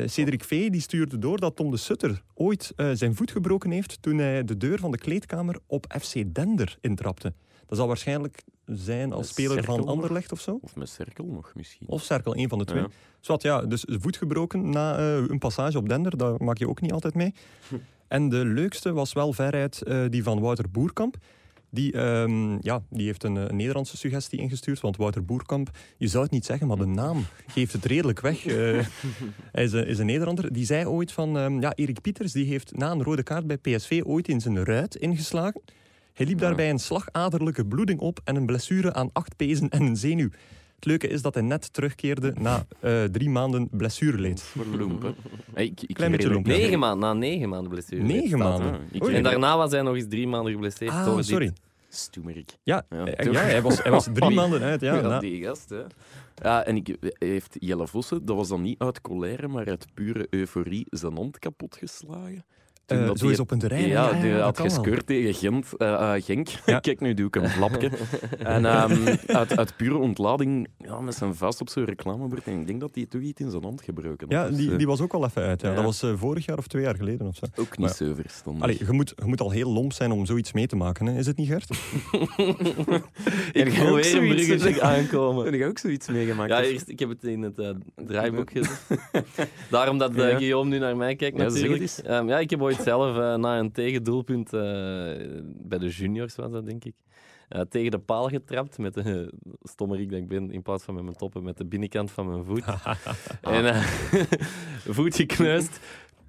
[SPEAKER 1] Cedric V. die stuurde door dat Tom de Sutter ooit eh, zijn voet gebroken heeft toen hij de deur van de kleedkamer op FC Dender intrapte. Dat zal waarschijnlijk zijn als
[SPEAKER 4] Eh,
[SPEAKER 1] speler van
[SPEAKER 4] Cerkel?
[SPEAKER 1] Anderlecht of zo.
[SPEAKER 4] Of met cirkel nog misschien.
[SPEAKER 1] Of Cerkel, een van de twee.
[SPEAKER 4] Ja.
[SPEAKER 1] Zowat, ja, dus voet gebroken na eh, een passage op Dender, dat maak je ook niet altijd
[SPEAKER 4] [LAUGHS]
[SPEAKER 1] mee. En de leukste was wel veruit eh, die van Wouter Boerkamp. Die, ehm, ja, die heeft een, eh, een Nederlandse suggestie ingestuurd, want Wouter Boerkamp, je zou het niet zeggen, maar de naam geeft het redelijk weg.
[SPEAKER 4] [LAUGHS]
[SPEAKER 1] Eh, hij is een, is een Nederlander. Die zei ooit van, ehm, ja, Erik Pieters die heeft na een rode kaart bij PSV ooit in zijn ruit ingeslagen. Hij liep daarbij een slagaderlijke bloeding op en een blessure aan acht pezen en een zenuw. Het leuke is dat hij net terugkeerde na eh, drie maanden blessureleed.
[SPEAKER 4] Voor Loemp, hè. [LAUGHS] Hey, ik, ik
[SPEAKER 1] Klein beetje
[SPEAKER 4] herinner-
[SPEAKER 1] Loemp, ja.
[SPEAKER 2] Negen maanden, na negen maanden blessure.
[SPEAKER 1] Negen
[SPEAKER 2] staat er.
[SPEAKER 1] maanden.
[SPEAKER 4] Ah, ik
[SPEAKER 1] Oei.
[SPEAKER 2] En
[SPEAKER 4] herinner-
[SPEAKER 2] daarna was hij nog eens drie maanden geblesseerd.
[SPEAKER 1] Ah,
[SPEAKER 2] door dit.
[SPEAKER 1] sorry.
[SPEAKER 4] Stoemerik.
[SPEAKER 1] Ja,
[SPEAKER 4] Ja,
[SPEAKER 1] eh,
[SPEAKER 4] toch?
[SPEAKER 1] ja hij, was, hij was drie
[SPEAKER 4] [LAUGHS] Oei.
[SPEAKER 1] maanden uit. Ja,
[SPEAKER 4] Ja,
[SPEAKER 1] na-
[SPEAKER 4] die gast, hè. Ja, en ik, heeft Jelle Vossen, dat was dan niet uit colère, maar uit pure euforie, zijn hand kapot geslagen. Toen
[SPEAKER 1] eh,
[SPEAKER 4] dat
[SPEAKER 1] zo
[SPEAKER 4] die-
[SPEAKER 1] is op een terrein.
[SPEAKER 4] Ja, die
[SPEAKER 1] dat
[SPEAKER 4] had
[SPEAKER 1] kan wel.
[SPEAKER 4] gescoord tegen Gent, eh, eh, Genk.
[SPEAKER 1] Ja.
[SPEAKER 4] Kijk, nu doe ik een flapje. en ehm, uit, uit pure ontlading, ja, met zijn vast op zijn reclamebord. En ik denk dat hij toch iets in zijn hand gebroken
[SPEAKER 1] Ja,
[SPEAKER 4] had. Dus,
[SPEAKER 1] die,
[SPEAKER 4] eh,
[SPEAKER 1] die was ook al even uit. Ja.
[SPEAKER 4] Ja.
[SPEAKER 1] Dat was eh, vorig jaar of twee jaar geleden of zo.
[SPEAKER 4] Ook niet
[SPEAKER 1] Maar-
[SPEAKER 4] zo verstandig.
[SPEAKER 1] Allee, je moet, je moet al heel lomp zijn om zoiets mee te maken, hè. is het niet,
[SPEAKER 4] Ah,
[SPEAKER 1] Gert?
[SPEAKER 2] Ik
[SPEAKER 4] ga
[SPEAKER 2] wil
[SPEAKER 4] ook
[SPEAKER 2] weer een
[SPEAKER 4] zoiets
[SPEAKER 2] bruggetje [LAUGHS]
[SPEAKER 4] zeggen. [LAUGHS]
[SPEAKER 2] aankomen.
[SPEAKER 4] Heb jij ook zoiets meegemaakt?
[SPEAKER 2] Ja,
[SPEAKER 4] Of-
[SPEAKER 2] eerst, ik heb het in het eh, [LAUGHS] draaiboek gezet. Daarom dat eh,
[SPEAKER 4] Ja.
[SPEAKER 2] Guillaume nu naar mij kijkt
[SPEAKER 4] Ja, zeg het
[SPEAKER 2] natuurlijk.
[SPEAKER 4] eens.
[SPEAKER 2] Ehm, ja, ik heb ooit zelf eh, na een tegendoelpunt eh, bij de juniors was dat, denk ik. eh, tegen de paal getrapt met de [LAUGHS] stommerik dat ik ben, in plaats van met mijn toppen, met de binnenkant van mijn [LAUGHS] voet. En eh, [LAUGHS] voet gekneusd.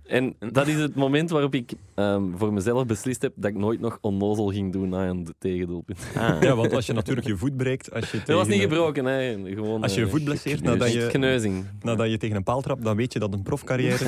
[SPEAKER 2] En dat is het moment waarop ik ehm, voor mezelf beslist heb dat ik nooit nog onnozel ging doen na een tegendoelpunt.
[SPEAKER 4] Ah.
[SPEAKER 1] Ja, want als je natuurlijk je voet breekt...
[SPEAKER 4] [LAUGHS]
[SPEAKER 1] Als je
[SPEAKER 2] Dat was
[SPEAKER 1] tegen,
[SPEAKER 2] niet
[SPEAKER 1] eh,
[SPEAKER 2] gebroken, hè. Gewoon,
[SPEAKER 1] Als je je
[SPEAKER 2] eh,
[SPEAKER 1] voet blesseert
[SPEAKER 4] gekneusd.
[SPEAKER 1] nadat je, nou,
[SPEAKER 2] Kneuzing.
[SPEAKER 1] nadat je tegen een paal trapt, dan weet je dat een
[SPEAKER 4] [LAUGHS]
[SPEAKER 1] profcarrière...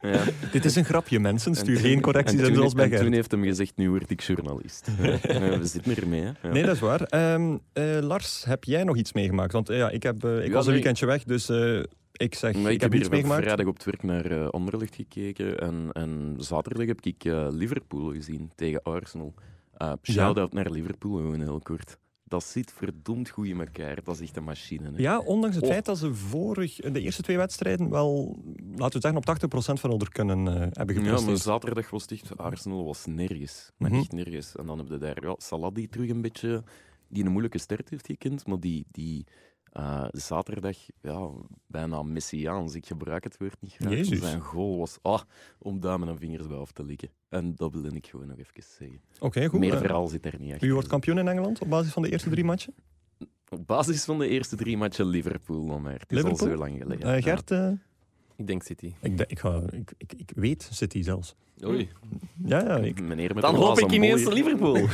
[SPEAKER 4] Ja.
[SPEAKER 1] Dit is een grapje, mensen.
[SPEAKER 4] En
[SPEAKER 1] Stuur
[SPEAKER 4] toen-
[SPEAKER 1] geen correcties
[SPEAKER 4] en
[SPEAKER 1] en
[SPEAKER 4] toen-
[SPEAKER 1] zoals bij
[SPEAKER 4] en
[SPEAKER 1] Gert.
[SPEAKER 4] toen heeft hem gezegd, nu word ik journalist. [LAUGHS] Eh, We zitten ermee, hè. Ja.
[SPEAKER 1] Nee, dat is waar. Ehm, eh, Lars, heb jij nog iets meegemaakt? Want eh, ja, ik, heb, eh, ik
[SPEAKER 4] Ja,
[SPEAKER 1] was een
[SPEAKER 4] nee.
[SPEAKER 1] weekendje weg, dus eh, ik zeg,
[SPEAKER 4] Maar
[SPEAKER 1] ik, heb
[SPEAKER 4] hier
[SPEAKER 1] niets
[SPEAKER 4] wel
[SPEAKER 1] meegemaakt.
[SPEAKER 4] vrijdag op het werk naar eh Anderlecht gekeken. En, en zaterdag heb ik eh, Liverpool gezien tegen Arsenal. Eh Shout-out naar Liverpool, gewoon heel kort. Dat zit verdomd goed in elkaar. Dat is echt een machine. Hè.
[SPEAKER 1] Ja, ondanks het
[SPEAKER 4] Oh.
[SPEAKER 1] feit dat ze vorig, de eerste twee wedstrijden wel, laten we zeggen, op 80% van onder kunnen eh, hebben
[SPEAKER 4] Ja, maar
[SPEAKER 1] gepresteerd.
[SPEAKER 4] zaterdag was het echt... Arsenal was nergens. Maar
[SPEAKER 1] Mhm.
[SPEAKER 4] echt nergens. En dan heb je daar ja, Salah die terug een beetje... Die een moeilijke start heeft gekend, maar die, die eh, zaterdag ja, bijna messiaans. Ik gebruik het woord niet graag.
[SPEAKER 1] Jezus.
[SPEAKER 4] Zijn goal was ah, om duimen en vingers bij af te likken. En dat wilde ik gewoon nog even zeggen.
[SPEAKER 1] Oké, goed.
[SPEAKER 4] Meer
[SPEAKER 1] Eh,
[SPEAKER 4] verhaal zit er niet achter.
[SPEAKER 1] wie wordt kampioen in Engeland op basis van de eerste drie matchen?
[SPEAKER 4] Op basis van de eerste drie matchen Liverpool dan maar. Het is
[SPEAKER 1] Liverpool?
[SPEAKER 4] al zo lang geleden.
[SPEAKER 1] Eh, Gert, eh,
[SPEAKER 2] Ik denk City.
[SPEAKER 1] ik, denk- ik, ga, ik, ik, ik weet City zelfs.
[SPEAKER 2] Oei.
[SPEAKER 1] Ja, ja,
[SPEAKER 4] Ja.
[SPEAKER 1] ik,
[SPEAKER 4] Meneer met
[SPEAKER 2] Dan
[SPEAKER 4] de
[SPEAKER 2] hoop
[SPEAKER 4] glazen
[SPEAKER 2] ik ineens
[SPEAKER 4] bol hier.
[SPEAKER 2] Liverpool.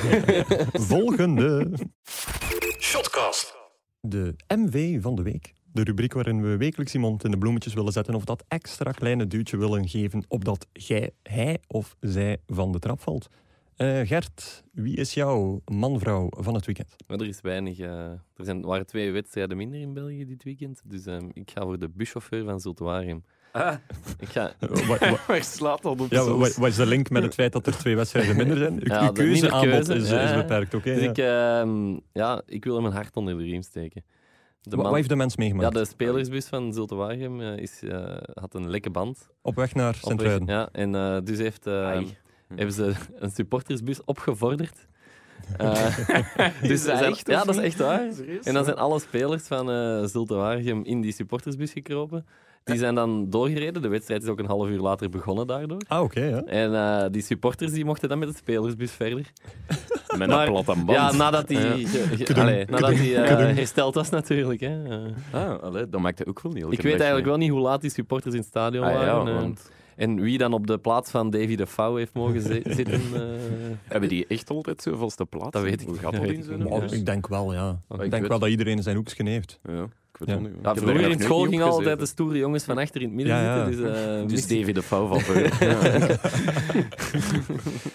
[SPEAKER 1] [LAUGHS] Volgende. Shotcast. De MW van de week. De rubriek waarin we wekelijks iemand in de bloemetjes willen zetten of dat extra kleine duwtje willen geven opdat jij, hij of zij van de trap valt. Eh, Gert, wie is jouw man-vrouw van het weekend?
[SPEAKER 2] [LAUGHS] Maar er is weinig. eh, er zijn, waren twee wedstrijden minder in België dit weekend. Dus ehm, ik ga voor de buschauffeur van Zultuarium.
[SPEAKER 4] Ah,
[SPEAKER 2] [LAUGHS] Ik ga.
[SPEAKER 1] Eh, wa- wa-
[SPEAKER 4] [LAUGHS] waar slaat dat op?
[SPEAKER 1] ja, wa-
[SPEAKER 4] zo'n
[SPEAKER 1] wa- wat is de link met het feit dat er twee wedstrijden minder zijn? Uw,
[SPEAKER 2] Ja,
[SPEAKER 1] uw
[SPEAKER 2] de
[SPEAKER 1] keuzeaanbod
[SPEAKER 2] minder
[SPEAKER 1] is,
[SPEAKER 2] keuze,
[SPEAKER 1] is
[SPEAKER 2] ja.
[SPEAKER 1] beperkt, oké?
[SPEAKER 2] Dus
[SPEAKER 1] ja.
[SPEAKER 2] ik, ehm, ja, ik wil hem een hart onder de riem steken. De
[SPEAKER 1] Wa- Wat
[SPEAKER 2] man-
[SPEAKER 1] heeft de mens
[SPEAKER 2] ja,
[SPEAKER 1] meegemaakt?
[SPEAKER 2] de spelersbus van Zultuarium eh, is, eh, had een lekke band.
[SPEAKER 1] Op weg naar
[SPEAKER 2] Op
[SPEAKER 1] sint
[SPEAKER 2] weg- Ja, en eh, dus heeft, eh,
[SPEAKER 4] Ai.
[SPEAKER 2] hebben ze een supportersbus opgevorderd. Eh, [LAUGHS] dus
[SPEAKER 4] Is dat
[SPEAKER 2] zijn-
[SPEAKER 4] echt,
[SPEAKER 2] ja,
[SPEAKER 4] of
[SPEAKER 2] dat is
[SPEAKER 4] niet?
[SPEAKER 2] echt waar.
[SPEAKER 4] Serieus?
[SPEAKER 2] En dan zijn alle spelers van eh Zulte Waregem in die supportersbus gekropen. Die zijn dan doorgereden. De wedstrijd is ook een half uur later begonnen daardoor.
[SPEAKER 1] Ah, oké, ja.
[SPEAKER 2] En eh, die supporters die mochten dan met de spelersbus verder.
[SPEAKER 4] Met
[SPEAKER 2] Maar-
[SPEAKER 4] een platte band.
[SPEAKER 2] Ja, nadat die, eh,
[SPEAKER 4] Ja.
[SPEAKER 2] ge- ge-
[SPEAKER 1] Kudum,
[SPEAKER 2] allee, nadat
[SPEAKER 1] kudum,
[SPEAKER 2] die eh,
[SPEAKER 1] kudum.
[SPEAKER 2] hersteld was natuurlijk. Hè. Eh,
[SPEAKER 4] Ah, allee, dat maakt het ook wel niet
[SPEAKER 2] ik weet eigenlijk wel niet hoe laat die supporters in het stadion
[SPEAKER 4] Ah, ja,
[SPEAKER 2] waren. eh,
[SPEAKER 4] want-
[SPEAKER 2] En wie dan op de plaats van Davy de Fouw heeft mogen zi- zitten. eh,
[SPEAKER 4] Hebben die echt altijd zo vaste plaats?
[SPEAKER 2] Dat weet ik
[SPEAKER 4] Hoe
[SPEAKER 2] niet.
[SPEAKER 4] gaat
[SPEAKER 2] Dat
[SPEAKER 4] dat
[SPEAKER 2] weet
[SPEAKER 4] in
[SPEAKER 2] ik
[SPEAKER 4] zo'n
[SPEAKER 2] niet.
[SPEAKER 1] Maar
[SPEAKER 4] huis?
[SPEAKER 1] ik denk wel, ja.
[SPEAKER 4] ik
[SPEAKER 1] Ik denk
[SPEAKER 4] weet-
[SPEAKER 1] wel dat iedereen zijn hoekje heeft.
[SPEAKER 4] Ja. Ik weet
[SPEAKER 1] Ja.
[SPEAKER 4] het niet. Ik
[SPEAKER 2] Ja,
[SPEAKER 4] heb er
[SPEAKER 2] vroeger
[SPEAKER 4] nog
[SPEAKER 2] in
[SPEAKER 4] nooit
[SPEAKER 2] school
[SPEAKER 4] niet
[SPEAKER 2] gingen
[SPEAKER 4] op
[SPEAKER 2] altijd de
[SPEAKER 4] gezeten.
[SPEAKER 2] stoere jongens van achter in het midden
[SPEAKER 1] Ja, ja.
[SPEAKER 2] zitten. Dus, eh,
[SPEAKER 4] Dus
[SPEAKER 2] misschien,
[SPEAKER 4] David de Pauw van
[SPEAKER 2] [LAUGHS]
[SPEAKER 4] Veur. Ja.
[SPEAKER 1] [LAUGHS]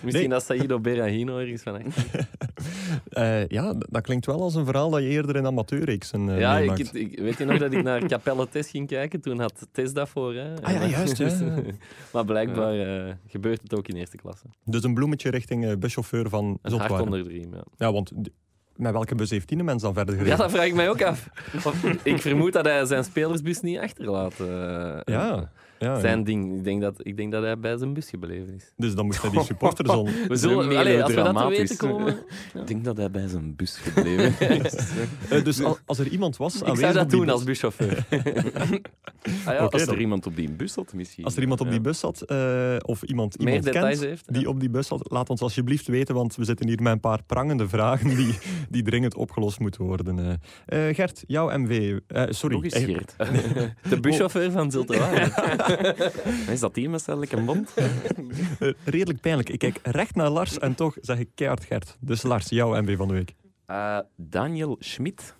[SPEAKER 2] misschien dat Saido Berahino ergens van achter.
[SPEAKER 1] Eh, ja, d- dat klinkt wel als een verhaal dat je eerder in amateurreeksen eh,
[SPEAKER 2] ja, ik,
[SPEAKER 1] meemaakt.
[SPEAKER 2] ik- weet je nog dat ik naar Capelle Test ging kijken? Toen had Tess dat voor. Hè?
[SPEAKER 1] Ah ja,
[SPEAKER 2] En-
[SPEAKER 1] juist, ja.
[SPEAKER 2] [LAUGHS] maar blijkbaar eh, gebeurt het ook in eerste klasse.
[SPEAKER 1] Dus een bloemetje richting eh, buschauffeur van
[SPEAKER 2] Een hart
[SPEAKER 1] Zotwaarden.
[SPEAKER 2] onder de riem, ja.
[SPEAKER 1] Ja, want d- met welke bus heeft die de mens dan verder
[SPEAKER 2] Ja,
[SPEAKER 1] gereden?
[SPEAKER 2] dat vraag ik mij ook af. Of, ik vermoed dat hij zijn spelersbus niet achterlaat. eh, eh,
[SPEAKER 1] ja, ja.
[SPEAKER 2] Zijn ding. Ik denk, dat, ik denk dat hij bij zijn busje gebleven is.
[SPEAKER 1] Dus dan moest hij die supporters
[SPEAKER 2] [LAUGHS]
[SPEAKER 1] om.
[SPEAKER 2] We zullen, allee, als we dat te
[SPEAKER 4] melodramatisch.
[SPEAKER 2] weten komen...
[SPEAKER 4] Ik denk dat hij bij zijn bus
[SPEAKER 2] [LAUGHS]
[SPEAKER 4] gebleven is.
[SPEAKER 1] Eh, dus al- als er iemand was
[SPEAKER 2] Ik
[SPEAKER 1] aanwezig
[SPEAKER 2] zou dat
[SPEAKER 1] op die
[SPEAKER 2] doen
[SPEAKER 1] bus-
[SPEAKER 2] als
[SPEAKER 1] [LAUGHS]
[SPEAKER 2] buschauffeur. ah, ja,
[SPEAKER 1] Oké,
[SPEAKER 4] Als er
[SPEAKER 1] dan-
[SPEAKER 4] iemand op die bus zat, misschien.
[SPEAKER 1] Als er iemand op die
[SPEAKER 4] Ja.
[SPEAKER 1] bus zat, eh, of iemand,
[SPEAKER 2] Meer
[SPEAKER 1] iemand
[SPEAKER 2] details
[SPEAKER 1] kent
[SPEAKER 2] heeft,
[SPEAKER 1] die
[SPEAKER 2] ja.
[SPEAKER 1] op die bus zat, laat ons alsjeblieft weten, want we zitten hier met een paar prangende vragen die, die dringend opgelost moeten worden. eh. Eh, Gert, jouw MV... eh, sorry.
[SPEAKER 4] Nog eens
[SPEAKER 1] Eh,
[SPEAKER 4] Geert.
[SPEAKER 2] De buschauffeur van Zultewaard.
[SPEAKER 4] Is dat die met zijn lekker
[SPEAKER 2] [LAUGHS]
[SPEAKER 4] mond?
[SPEAKER 1] eh, redelijk pijnlijk. Ik kijk recht naar Lars en toch zeg ik keihard Gert. Dus Lars, jouw MV van de week.
[SPEAKER 4] Eh, Daniel Schmid.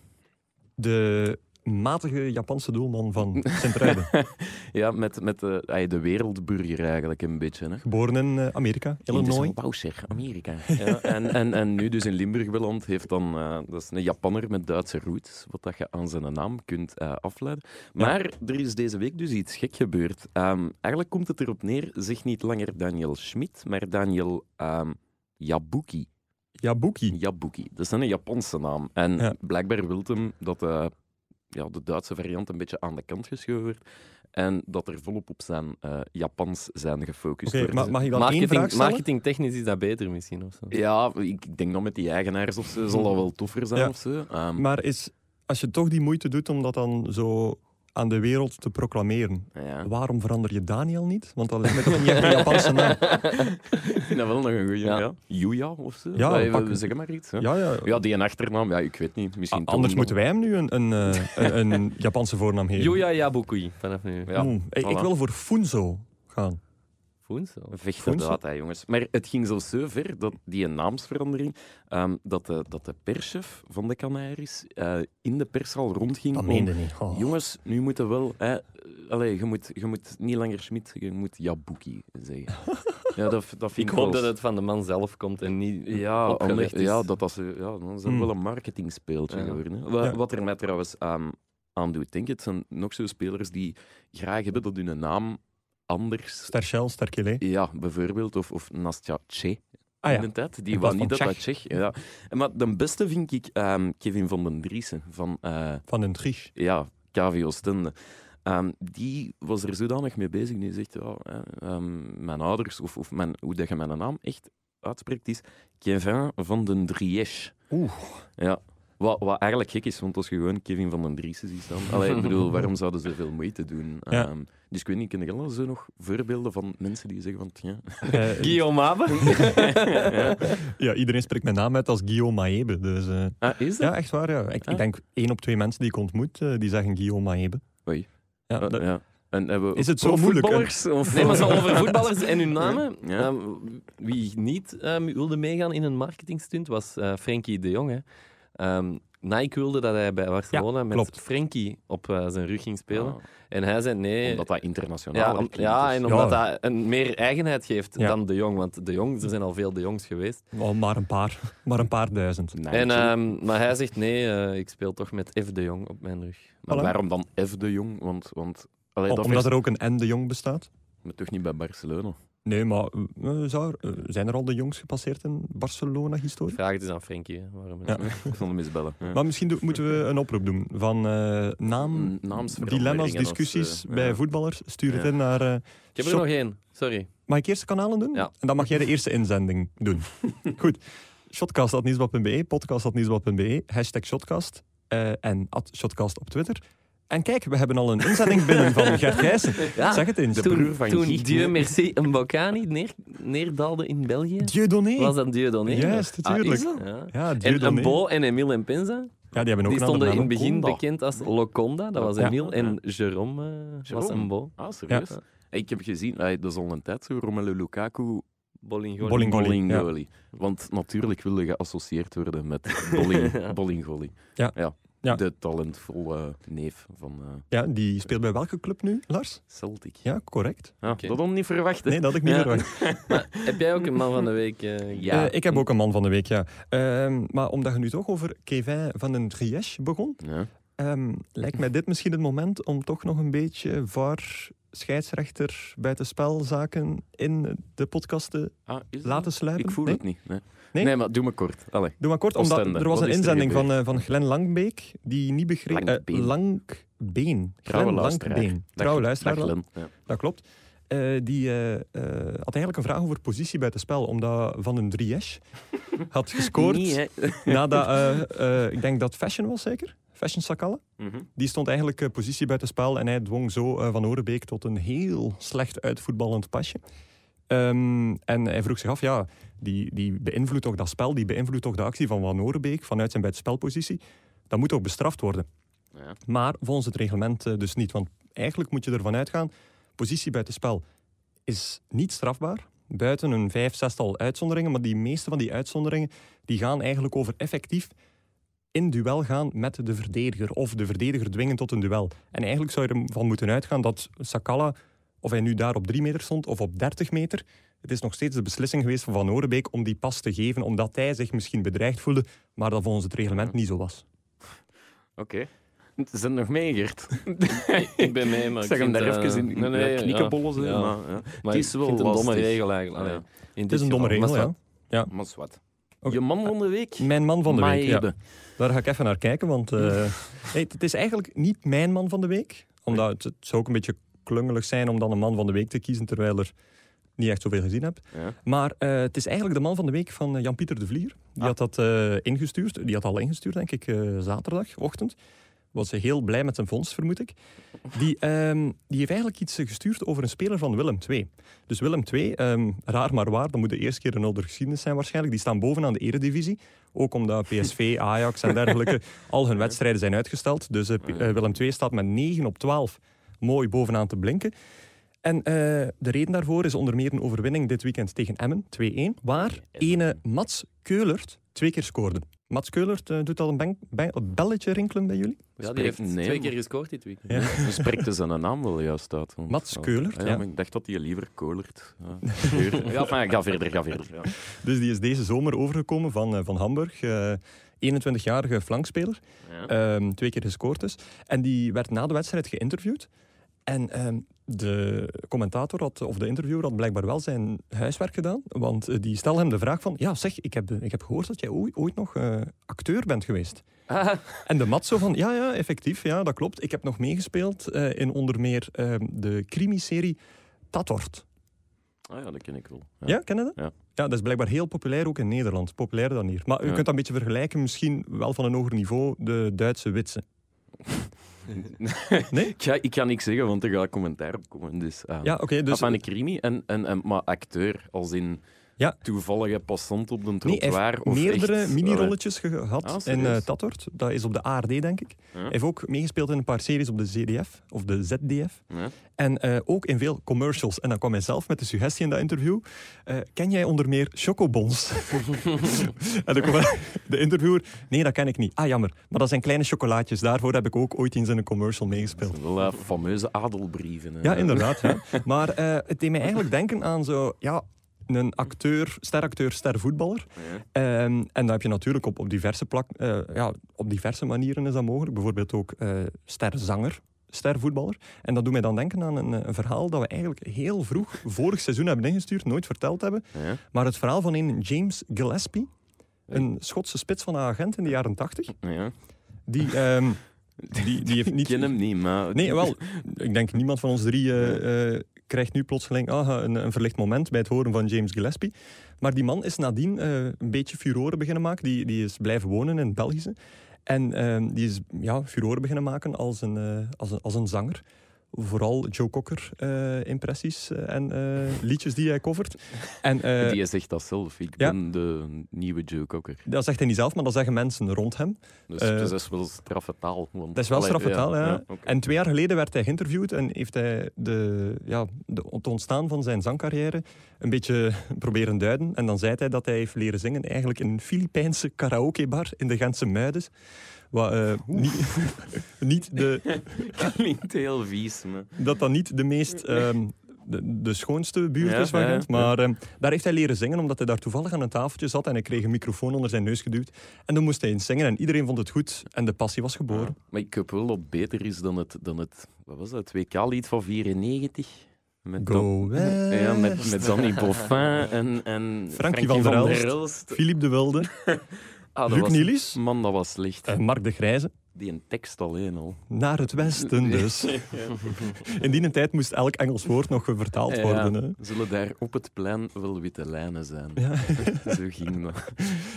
[SPEAKER 1] De matige Japanse doelman van Sint-Truiden.
[SPEAKER 4] Ja, met, met eh, hij de wereldburger eigenlijk een beetje. Hè.
[SPEAKER 1] Geboren in eh, Amerika,
[SPEAKER 4] In
[SPEAKER 1] Illinois.
[SPEAKER 4] de Wauw zeg, Amerika. [LAUGHS] Ja, en, en, en nu dus in Limburg beland heeft dan... eh, dat is een Japanner met Duitse roots, wat dat je aan zijn naam kunt eh, afleiden. Maar er is deze week dus iets gek gebeurd. Ehm, eigenlijk komt het erop neer, zeg niet langer Daniel Schmid, maar Daniel ehm, Yabuki.
[SPEAKER 1] Jabuki.
[SPEAKER 4] Yabuki. Dat is dan een Japanse naam. En
[SPEAKER 1] Ja.
[SPEAKER 4] blijkbaar wil hem dat eh, ja, de Duitse variant een beetje aan de kant geschoven werd. En dat er volop op zijn eh, Japans zijn gefocust
[SPEAKER 1] Oké,
[SPEAKER 4] wordt.
[SPEAKER 1] ma- mag ik dan één vraag
[SPEAKER 2] Marketing,
[SPEAKER 1] stellen?
[SPEAKER 2] marketingtechnisch is dat beter misschien. Of zo.
[SPEAKER 4] Ja, ik ik denk dan met die eigenaars of zo zal dat wel toffer zijn
[SPEAKER 1] Ja.
[SPEAKER 4] of zo. Ehm,
[SPEAKER 1] Maar is, als je toch die moeite doet om dat dan zo aan de wereld te proclameren,
[SPEAKER 4] ja.
[SPEAKER 1] Waarom verander je Daniel niet? Want dat lijkt me toch niet echt een Japanse naam.
[SPEAKER 4] Ik vind dat wel nog een goeie.
[SPEAKER 2] Ja.
[SPEAKER 4] Ja. Yuya of zo.
[SPEAKER 1] Ja,
[SPEAKER 4] Wij-
[SPEAKER 1] pak-
[SPEAKER 4] we zeggen maar iets. Hè. Ja.
[SPEAKER 1] Ja, ja.
[SPEAKER 4] die een achternaam, ja, ik weet niet. Misschien
[SPEAKER 1] A- Anders moeten wij hem nu een, een, eh, een, een Japanse voornaam geven.
[SPEAKER 2] Yuya Yabukui, vanaf nu.
[SPEAKER 4] Ja.
[SPEAKER 1] Oeh, ik, ik
[SPEAKER 4] voilà.
[SPEAKER 1] wil voor Funzo gaan.
[SPEAKER 2] Voensel.
[SPEAKER 4] Vechten
[SPEAKER 1] Goed zo.
[SPEAKER 4] dat, hè, jongens. Maar het ging zelfs zo ver dat die naamsverandering, ehm, dat, de, dat de perschef van de Canaries eh, in de pers al rondging.
[SPEAKER 1] Dat
[SPEAKER 4] om-
[SPEAKER 1] meende niet. Oh.
[SPEAKER 4] Jongens, nu moeten wel. Hè, eh, allee, je, moet, je moet niet langer Schmid, je moet Jabuki zeggen. ja, dat, dat vind
[SPEAKER 2] Ik
[SPEAKER 4] ik
[SPEAKER 2] hoop
[SPEAKER 4] wel-
[SPEAKER 2] dat het van de man zelf komt en niet
[SPEAKER 4] ja,
[SPEAKER 2] opgelegd
[SPEAKER 4] ander-
[SPEAKER 2] is.
[SPEAKER 4] ja, dat, dat, ze- ja, dan is dat
[SPEAKER 1] Hmm.
[SPEAKER 4] wel een marketingspeeltje
[SPEAKER 2] Ja.
[SPEAKER 4] geworden. hè. Wa-
[SPEAKER 1] Ja.
[SPEAKER 4] Wat er mij trouwens aan, aan doet, denk ik, het zijn nog zo spelers die graag hebben dat hun naam anders...
[SPEAKER 1] Sterchel, Sterkele.
[SPEAKER 4] Ja, bijvoorbeeld, of, of Nastja Tje
[SPEAKER 1] Ah ja,
[SPEAKER 4] in de tijd.
[SPEAKER 1] In
[SPEAKER 4] Die
[SPEAKER 1] plaats
[SPEAKER 4] wou niet
[SPEAKER 1] van
[SPEAKER 4] dat dat Tsjech... Ja. En Maar de beste vind ik ehm, Kevin van den Driessen van eh,
[SPEAKER 1] van een
[SPEAKER 4] [LAUGHS]
[SPEAKER 1] Triche.
[SPEAKER 4] ja, KV Oostende. Ehm, die was er zodanig mee bezig. Die zegt, ja, hè, ehm, mijn ouders, of, of mijn, hoe dat je mijn naam echt uitspreekt, is Kevin van den Driesch.
[SPEAKER 1] Oeh.
[SPEAKER 4] Ja. Wat, wat eigenlijk gek is, want als je gewoon Kevin van den Driessen ziet staan... Allee, ik bedoel, waarom zouden ze veel moeite doen?
[SPEAKER 1] Ja.
[SPEAKER 4] Ehm, dus ik weet niet, ken je wel zo nog voorbeelden van mensen die zeggen van... Ja,
[SPEAKER 1] Eh,
[SPEAKER 2] Guillaume Abe.
[SPEAKER 1] ja, iedereen spreekt mijn naam uit als Guillaume Maebe. Dus, eh,
[SPEAKER 4] ah, is dat?
[SPEAKER 1] ja, echt waar. Ja. Ik, ik
[SPEAKER 4] Ah.
[SPEAKER 1] denk één op twee mensen die ik ontmoet, eh, die zeggen Guillaume Maebe.
[SPEAKER 4] Oei.
[SPEAKER 1] Ja,
[SPEAKER 4] Eh,
[SPEAKER 1] dat-
[SPEAKER 4] ja. En hebben we
[SPEAKER 1] Is het zo moeilijk?
[SPEAKER 4] voetballers? Of... eh,
[SPEAKER 2] Nee, maar zo [LAUGHS] over voetballers en hun namen.
[SPEAKER 4] Ja.
[SPEAKER 2] Ehm, wie niet ehm, wilde meegaan in een marketingstunt was eh, Frenkie de Jong. Hè. Ehm, Nike wilde dat hij bij Barcelona met
[SPEAKER 1] klopt.
[SPEAKER 2] Frenkie op eh, zijn rug ging spelen.
[SPEAKER 4] Ja,
[SPEAKER 2] En hij zei nee.
[SPEAKER 4] omdat dat internationaal
[SPEAKER 2] ja, om- ja, en
[SPEAKER 1] om-
[SPEAKER 2] omdat
[SPEAKER 1] Ja.
[SPEAKER 2] dat een meer eigenheid geeft
[SPEAKER 1] Ja.
[SPEAKER 2] dan de Jong. Want de Jong, er zijn al veel de Jongs geweest.
[SPEAKER 1] Oh, maar een paar. [LAUGHS] Maar een paar duizend.
[SPEAKER 2] En, ehm, maar hij zegt nee, eh, ik speel toch met F de Jong op mijn rug.
[SPEAKER 4] maar
[SPEAKER 1] voilà. Oh,
[SPEAKER 4] waarom dan F de Jong? Want, want allee, dat
[SPEAKER 1] Omdat
[SPEAKER 4] is
[SPEAKER 1] er ook een N de Jong bestaat.
[SPEAKER 4] me toch niet bij Barcelona.
[SPEAKER 1] Nee, maar eh, zou er- eh, zijn er al de jongs gepasseerd in Barcelona-historie?
[SPEAKER 2] Vraag het eens aan Frenkie. hè, Waarom
[SPEAKER 1] Ja.
[SPEAKER 4] [LAUGHS] Ik zal hem eens bellen. Ja.
[SPEAKER 1] Maar misschien do- moeten we een oproep doen van eh, naam,
[SPEAKER 4] Mm, naamsveranderingen
[SPEAKER 1] dilemma's,
[SPEAKER 4] of,
[SPEAKER 1] discussies
[SPEAKER 4] eh,
[SPEAKER 1] bij
[SPEAKER 4] ja.
[SPEAKER 1] voetballers. Stuur het
[SPEAKER 4] Ja.
[SPEAKER 1] in naar... eh,
[SPEAKER 2] Ik heb er
[SPEAKER 1] shop-
[SPEAKER 2] nog één, sorry.
[SPEAKER 1] Mag ik eerst de kanalen doen?
[SPEAKER 2] Ja.
[SPEAKER 1] En dan mag jij de eerste inzending
[SPEAKER 2] [LAUGHS]
[SPEAKER 1] doen. Goed. Shotcast.nieuwsblad.be, podcast.nieuwsblad.be, hashtag Shotcast eh, en at Shotcast op Twitter. En kijk, we hebben al een inzending binnen van Gert
[SPEAKER 2] [LAUGHS]
[SPEAKER 1] Gijssen.
[SPEAKER 2] Ja,
[SPEAKER 1] Zeg het eens.
[SPEAKER 4] de
[SPEAKER 2] toen,
[SPEAKER 4] broer van
[SPEAKER 2] toen
[SPEAKER 4] Giet.
[SPEAKER 2] Dieu merci Mbokani neer, neerdaalde in België,
[SPEAKER 1] Dieudonné.
[SPEAKER 2] was dat Dieu Donné. Ah,
[SPEAKER 1] Juist, tuurlijk.
[SPEAKER 2] ja.
[SPEAKER 1] Ja,
[SPEAKER 2] En
[SPEAKER 1] Dieudonné.
[SPEAKER 2] Mbo en Emile en Penza,
[SPEAKER 1] Ja, die hebben ook
[SPEAKER 2] die
[SPEAKER 1] een
[SPEAKER 2] stonden
[SPEAKER 1] andere
[SPEAKER 2] in
[SPEAKER 1] naam.
[SPEAKER 2] het begin
[SPEAKER 4] Lokonda.
[SPEAKER 2] bekend als Lokonda, dat was
[SPEAKER 1] Ja.
[SPEAKER 2] Emile, en Jerome eh, was
[SPEAKER 4] Jerome.
[SPEAKER 2] Mbo.
[SPEAKER 4] Ah, serieus?
[SPEAKER 2] Ja.
[SPEAKER 4] Ik heb gezien, eh, dat is al een tijd zo, Romelu Lukaku,
[SPEAKER 2] Bolingoli.
[SPEAKER 1] Bolling- Bollingoli, [LAUGHS]
[SPEAKER 4] Bollingoli. Want natuurlijk wilde geassocieerd worden met Bolling- Bollingoli.
[SPEAKER 1] Ja. Ja.
[SPEAKER 4] De talentvolle neef van eh,
[SPEAKER 1] Ja, die speelt bij welke club nu, Lars?
[SPEAKER 4] Celtic.
[SPEAKER 1] Ja,
[SPEAKER 4] [LAUGHS]
[SPEAKER 1] correct.
[SPEAKER 4] Ja,
[SPEAKER 2] Oké.
[SPEAKER 4] Dat had ik niet verwacht. hè.
[SPEAKER 1] Nee, dat had ik niet
[SPEAKER 2] Ja.
[SPEAKER 1] verwacht.
[SPEAKER 2] Heb jij ook een man van de week? eh,
[SPEAKER 4] Ja. Mm.
[SPEAKER 1] Eh, ik heb ook een man van de week, ja. Ehm, maar omdat je nu toch over Kevin van den Driesch begon,
[SPEAKER 4] Ja.
[SPEAKER 1] ehm, lijkt mij dit misschien het moment om toch nog een beetje VAR, scheidsrechter, buitenspelzaken in de podcast te
[SPEAKER 4] Ah, is dat?
[SPEAKER 1] laten sluipen.
[SPEAKER 4] Ik voel
[SPEAKER 1] Nee?
[SPEAKER 4] het niet. Nee.
[SPEAKER 1] Nee?
[SPEAKER 4] Nee, maar doe me kort. Allee.
[SPEAKER 1] Doe maar kort, omdat
[SPEAKER 4] Oostende.
[SPEAKER 1] er was
[SPEAKER 4] Wat
[SPEAKER 1] een
[SPEAKER 4] is er
[SPEAKER 1] inzending van, eh, van Glen Langbeek die niet begreep...
[SPEAKER 4] Langbeen.
[SPEAKER 1] eh, Langbeen.
[SPEAKER 4] Trouwe
[SPEAKER 1] Glen
[SPEAKER 4] luisteraar.
[SPEAKER 1] Langbeen. Trouwe luisteraar.
[SPEAKER 4] Dag,
[SPEAKER 1] wel.
[SPEAKER 4] Len. Ja.
[SPEAKER 1] Dat klopt. Eh, die eh, eh, had eigenlijk een vraag over positie bij het spel, omdat Van den Driesch had gescoord
[SPEAKER 4] [LAUGHS] Niet, hè.
[SPEAKER 1] nadat, eh, eh, ik denk dat Fashion was zeker, Fashion Sakala.
[SPEAKER 4] Mhm.
[SPEAKER 1] Die stond eigenlijk eh, positie buiten spel en hij dwong zo eh, Van Orenbeek tot een heel slecht uitvoetballend pasje. Ehm, en hij vroeg zich af, ja, die, die beïnvloedt toch dat spel, die beïnvloedt toch de actie van Van Orenbeek vanuit zijn buitenspelpositie. Dat moet toch bestraft worden.
[SPEAKER 4] Ja.
[SPEAKER 1] Maar volgens het reglement eh, dus niet. Want eigenlijk moet je ervan uitgaan, positie buitenspel is niet strafbaar. Buiten een vijf, zestal uitzonderingen. Maar die meeste van die uitzonderingen die gaan eigenlijk over effectief in duel gaan met de verdediger. Of de verdediger dwingen tot een duel. En eigenlijk zou je ervan moeten uitgaan dat Sakala, of hij nu daar op drie meter stond of op 30 meter, het is nog steeds de beslissing geweest van Van Orenbeek om die pas te geven, omdat hij zich misschien bedreigd voelde, maar dat volgens het reglement niet zo was.
[SPEAKER 4] Oké. Ze Zijn nog mee, Gert?
[SPEAKER 2] Ik ben mee,
[SPEAKER 4] [LAUGHS]
[SPEAKER 2] maar
[SPEAKER 4] Ik zag hem
[SPEAKER 2] vind,
[SPEAKER 4] daar
[SPEAKER 2] eh,
[SPEAKER 4] even in
[SPEAKER 2] nee, nee, ja.
[SPEAKER 4] knikkenbollen. zo,
[SPEAKER 2] Ja.
[SPEAKER 4] Maar, ja.
[SPEAKER 2] Maar
[SPEAKER 4] Het is
[SPEAKER 2] ik
[SPEAKER 4] wel
[SPEAKER 2] vind het een domme
[SPEAKER 4] lastig.
[SPEAKER 2] regel eigenlijk. Allee,
[SPEAKER 4] Ja.
[SPEAKER 2] in
[SPEAKER 1] Het
[SPEAKER 2] dit
[SPEAKER 1] is een domme
[SPEAKER 2] geval.
[SPEAKER 1] regel,
[SPEAKER 2] Maar
[SPEAKER 1] ja.
[SPEAKER 4] Maar is wat.
[SPEAKER 1] Oké.
[SPEAKER 4] Je man van de week?
[SPEAKER 1] Mijn man van de week, ja.
[SPEAKER 4] Maïbe.
[SPEAKER 1] Daar ga ik even naar kijken, want eh, [LAUGHS] nee, het- het is eigenlijk niet mijn man van de week. Omdat het, het zou ook een beetje klungelig zijn om dan een man van de week te kiezen, terwijl er niet echt zoveel gezien heb.
[SPEAKER 4] Ja.
[SPEAKER 1] Maar eh, het is eigenlijk de man van de week van eh, Jan-Pieter de Vlier. Die
[SPEAKER 4] Ah.
[SPEAKER 1] had dat eh, ingestuurd. Die had al ingestuurd, denk ik, eh, zaterdagochtend. Was hij heel blij met zijn vondst, vermoed ik. Die, ehm, die heeft eigenlijk iets eh, gestuurd over een speler van Willem II. Dus Willem II, ehm, raar maar waar, dat moet de eerste keer in onze geschiedenis zijn waarschijnlijk. Die staan bovenaan de eredivisie. Ook omdat PSV, Ajax en dergelijke al hun wedstrijden zijn uitgesteld. Dus eh, P- eh, Willem II staat met 9 op 12 mooi bovenaan te blinken. En eh, de reden daarvoor is onder meer een overwinning dit weekend tegen Emmen, 2-1. Waar ene Mats Keulert twee keer scoorde. Mats Keulert eh, doet al een bang- bang- een belletje rinkelen bij jullie.
[SPEAKER 2] Ja, die heeft
[SPEAKER 4] Spreekt- nee,
[SPEAKER 2] twee
[SPEAKER 4] maar-
[SPEAKER 2] keer gescoord dit weekend.
[SPEAKER 1] Ja.
[SPEAKER 4] Dan spreekt dus zijn naam wel juist uit. want-
[SPEAKER 1] Mats Keulert,
[SPEAKER 4] Ah,
[SPEAKER 1] ja.
[SPEAKER 4] maar ik dacht dat hij liever Keulert. Ja, [LAUGHS] ja maar ga verder, ga verder. Ja.
[SPEAKER 1] Dus die is deze zomer overgekomen van, eh, van Hamburg. eh, 21-jarige flankspeler.
[SPEAKER 4] Ja.
[SPEAKER 1] Ehm, twee keer gescoord dus. En die werd na de wedstrijd geïnterviewd. En ehm, de commentator had, of de interviewer had blijkbaar wel zijn huiswerk gedaan. Want eh, die stelde hem de vraag van... Ja, zeg, ik heb, ik heb gehoord dat jij ooit, ooit nog eh, acteur bent geweest. En de mat zo van... Ja, ja, effectief. Ja, dat klopt. Ik heb nog meegespeeld eh, in onder meer ehm, de crimiserie Tatort.
[SPEAKER 4] Ah ja, dat ken ik wel.
[SPEAKER 1] Ja, kennen dat?
[SPEAKER 4] Ja.
[SPEAKER 1] dat is blijkbaar heel populair ook in Nederland. Populairder dan hier. Maar u
[SPEAKER 4] Ja.
[SPEAKER 1] kunt dat een beetje vergelijken, misschien wel van een hoger niveau, de Duitse witsen.
[SPEAKER 4] [LAUGHS]
[SPEAKER 1] Nee?
[SPEAKER 4] Ik, ga, ik ga niks zeggen, want er gaat commentaar op komen. Dus, ah.
[SPEAKER 1] Ja, oké. dus
[SPEAKER 4] Dus van een crimi, en, en, en, maar acteur als in
[SPEAKER 1] Ja.
[SPEAKER 4] toevallige passant op de
[SPEAKER 1] nee, hij
[SPEAKER 4] trottoir.
[SPEAKER 1] heeft
[SPEAKER 4] of
[SPEAKER 1] meerdere
[SPEAKER 4] echt-
[SPEAKER 1] minirolletjes ge-
[SPEAKER 4] Ah,
[SPEAKER 1] gehad in
[SPEAKER 4] serieus?
[SPEAKER 1] eh Tatort. Dat is op de ARD, denk ik.
[SPEAKER 4] Ja.
[SPEAKER 1] Hij heeft ook meegespeeld in een paar series op de ZDF, of de ZDF.
[SPEAKER 4] Allee, ja.
[SPEAKER 1] En eh, ook in veel commercials. En dan kwam hij zelf met de suggestie in dat interview. eh, ken jij onder meer chocobons? [LAUGHS] en dan kwam de interviewer. Nee, dat ken ik niet. Ah, jammer. Maar dat zijn kleine chocolaatjes. Daarvoor heb ik ook ooit eens in een commercial meegespeeld.
[SPEAKER 4] Wel eh, fameuze adelbrieven. hè.
[SPEAKER 1] Ja, inderdaad. ja. Maar eh, het deed mij eigenlijk denken aan zo... Ja, een acteur, steracteur, stervoetballer.
[SPEAKER 4] Ja.
[SPEAKER 1] Ehm, en dan heb je natuurlijk op, op, diverse plak, eh, ja, op diverse manieren is dat mogelijk. Bijvoorbeeld ook eh, sterzanger, stervoetballer. En dat doet mij dan denken aan een, eh, een verhaal dat we eigenlijk heel vroeg vorig seizoen hebben ingestuurd, nooit verteld hebben.
[SPEAKER 4] Ja.
[SPEAKER 1] Maar het verhaal van een James Gillespie, een Schotse spits van een agent in de jaren tachtig,
[SPEAKER 4] Ja.
[SPEAKER 1] die... ehm, die, die heeft
[SPEAKER 4] Ik
[SPEAKER 1] niet
[SPEAKER 4] ken hem niet, maar...
[SPEAKER 1] Nee, wel. Ik denk niemand van ons drie eh, eh, krijgt nu plotseling ah, een, een verlicht moment bij het horen van James Gillespie. Maar die man is nadien eh, een beetje furoren beginnen maken. Die, die is blijven wonen in het Belgische. En eh, die is ja, furoren beginnen maken als een, eh, als een, als een zanger. Vooral Joe Cocker-impressies en eh, liedjes die hij covert. En, eh,
[SPEAKER 4] Die zegt dat zelf. Ik
[SPEAKER 1] ja.
[SPEAKER 4] ben de nieuwe Joe Cocker.
[SPEAKER 1] dat zegt hij niet zelf, maar dat zeggen mensen rond hem.
[SPEAKER 4] Dus
[SPEAKER 1] Eh,
[SPEAKER 4] dat is wel straffe taal. Want,
[SPEAKER 1] Dat is wel
[SPEAKER 4] Allee,
[SPEAKER 1] straffe taal, ja.
[SPEAKER 4] oké. [LAUGHS]
[SPEAKER 1] En twee jaar geleden werd hij geïnterviewd en heeft hij de, ja, de, het ontstaan van zijn zangcarrière een beetje [LAUGHS] proberen duiden. En dan zei hij dat hij heeft leren zingen eigenlijk in een Filipijnse karaokebar in de Gentse Muiden. wat, eh, niet, [LAUGHS] niet de,
[SPEAKER 4] Klinkt heel vies, man.
[SPEAKER 1] dat dat niet de meest... ehm, de, de schoonste buurt
[SPEAKER 4] Ja,
[SPEAKER 1] is van
[SPEAKER 4] ja, ja.
[SPEAKER 1] Gent. Maar ehm, daar heeft hij leren zingen, omdat hij daar toevallig aan een tafeltje zat en hij kreeg een microfoon onder zijn neus geduwd. En dan moest hij eens zingen en iedereen vond het goed en de passie was geboren.
[SPEAKER 4] Maar ik hoop wel dat het beter is dan het, dan het wat was dat, het WK-lied van 94? Met Don-
[SPEAKER 1] Go West.
[SPEAKER 4] ja, met,
[SPEAKER 1] [LAUGHS]
[SPEAKER 4] met Danny Boffin en, en
[SPEAKER 1] Frankie van der Elst.
[SPEAKER 4] Elst.
[SPEAKER 1] Philippe de Wilde,
[SPEAKER 4] Ah, dat
[SPEAKER 1] Luc
[SPEAKER 4] was-
[SPEAKER 1] Nielis
[SPEAKER 4] Man, dat was licht.
[SPEAKER 1] en Mark de Grijze.
[SPEAKER 4] Die een tekst alleen al.
[SPEAKER 1] Naar het westen
[SPEAKER 4] [LAUGHS]
[SPEAKER 1] dus. In die tijd moest elk Engels woord nog vertaald
[SPEAKER 4] Ja.
[SPEAKER 1] worden. Hè.
[SPEAKER 4] Zullen daar op het plein wel witte lijnen zijn?
[SPEAKER 1] Ja.
[SPEAKER 4] [LAUGHS] Zo ging dat.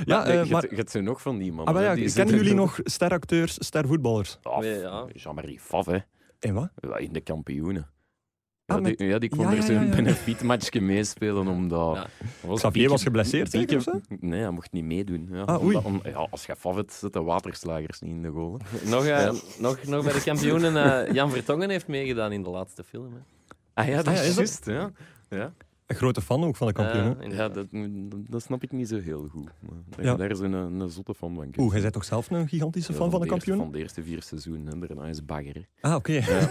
[SPEAKER 1] Ja,
[SPEAKER 4] Nee,
[SPEAKER 1] eh,
[SPEAKER 4] je
[SPEAKER 1] maar,
[SPEAKER 4] hebt- je hebt ze nog van die man.
[SPEAKER 1] ah, maar ja, kennen jullie nog steracteurs, stervoetballers?
[SPEAKER 2] Ja, ja.
[SPEAKER 4] Jean-Marie Faf, hè.
[SPEAKER 1] En wat?
[SPEAKER 4] Ja, In de kampioenen.
[SPEAKER 1] Ah,
[SPEAKER 4] Ja,
[SPEAKER 1] met-
[SPEAKER 4] die, ja, die kon
[SPEAKER 1] ja,
[SPEAKER 4] er
[SPEAKER 1] ja,
[SPEAKER 4] zo'n
[SPEAKER 1] ja, ja.
[SPEAKER 4] benefietmatchje meespelen, omdat...
[SPEAKER 2] Ja.
[SPEAKER 4] Was
[SPEAKER 1] Xavier was geblesseerd, zeker, of
[SPEAKER 4] Nee, hij mocht niet meedoen. Ja.
[SPEAKER 1] Ah, oei.
[SPEAKER 4] Omdat- om- ja, als je faf hebt, zitten waterslagers niet in de goal. hè.
[SPEAKER 2] Nog, eh, nog, nog bij de kampioenen. eh, Jan Vertongen heeft meegedaan in de laatste film. Hè.
[SPEAKER 4] Ah ja, dat
[SPEAKER 1] Ah, ja, is
[SPEAKER 4] is
[SPEAKER 1] dat-
[SPEAKER 4] juist, ja. Ja.
[SPEAKER 1] Een grote fan ook van de kampioen. hè?
[SPEAKER 2] Eh,
[SPEAKER 4] ja
[SPEAKER 2] inderdaad.
[SPEAKER 4] dat, dat snap ik niet zo heel goed. Maar dat je
[SPEAKER 1] Ja.
[SPEAKER 4] Daar is een, een zotte van van. kunt
[SPEAKER 1] Oeh, jij bent toch zelf een gigantische
[SPEAKER 4] Ja,
[SPEAKER 1] fan van de
[SPEAKER 4] eerste-
[SPEAKER 1] kampioen?
[SPEAKER 4] Van de eerste vier seizoenen. En daarna is
[SPEAKER 1] [LAUGHS]
[SPEAKER 4] bagger.
[SPEAKER 1] Ah, oké.
[SPEAKER 4] [LAUGHS] maar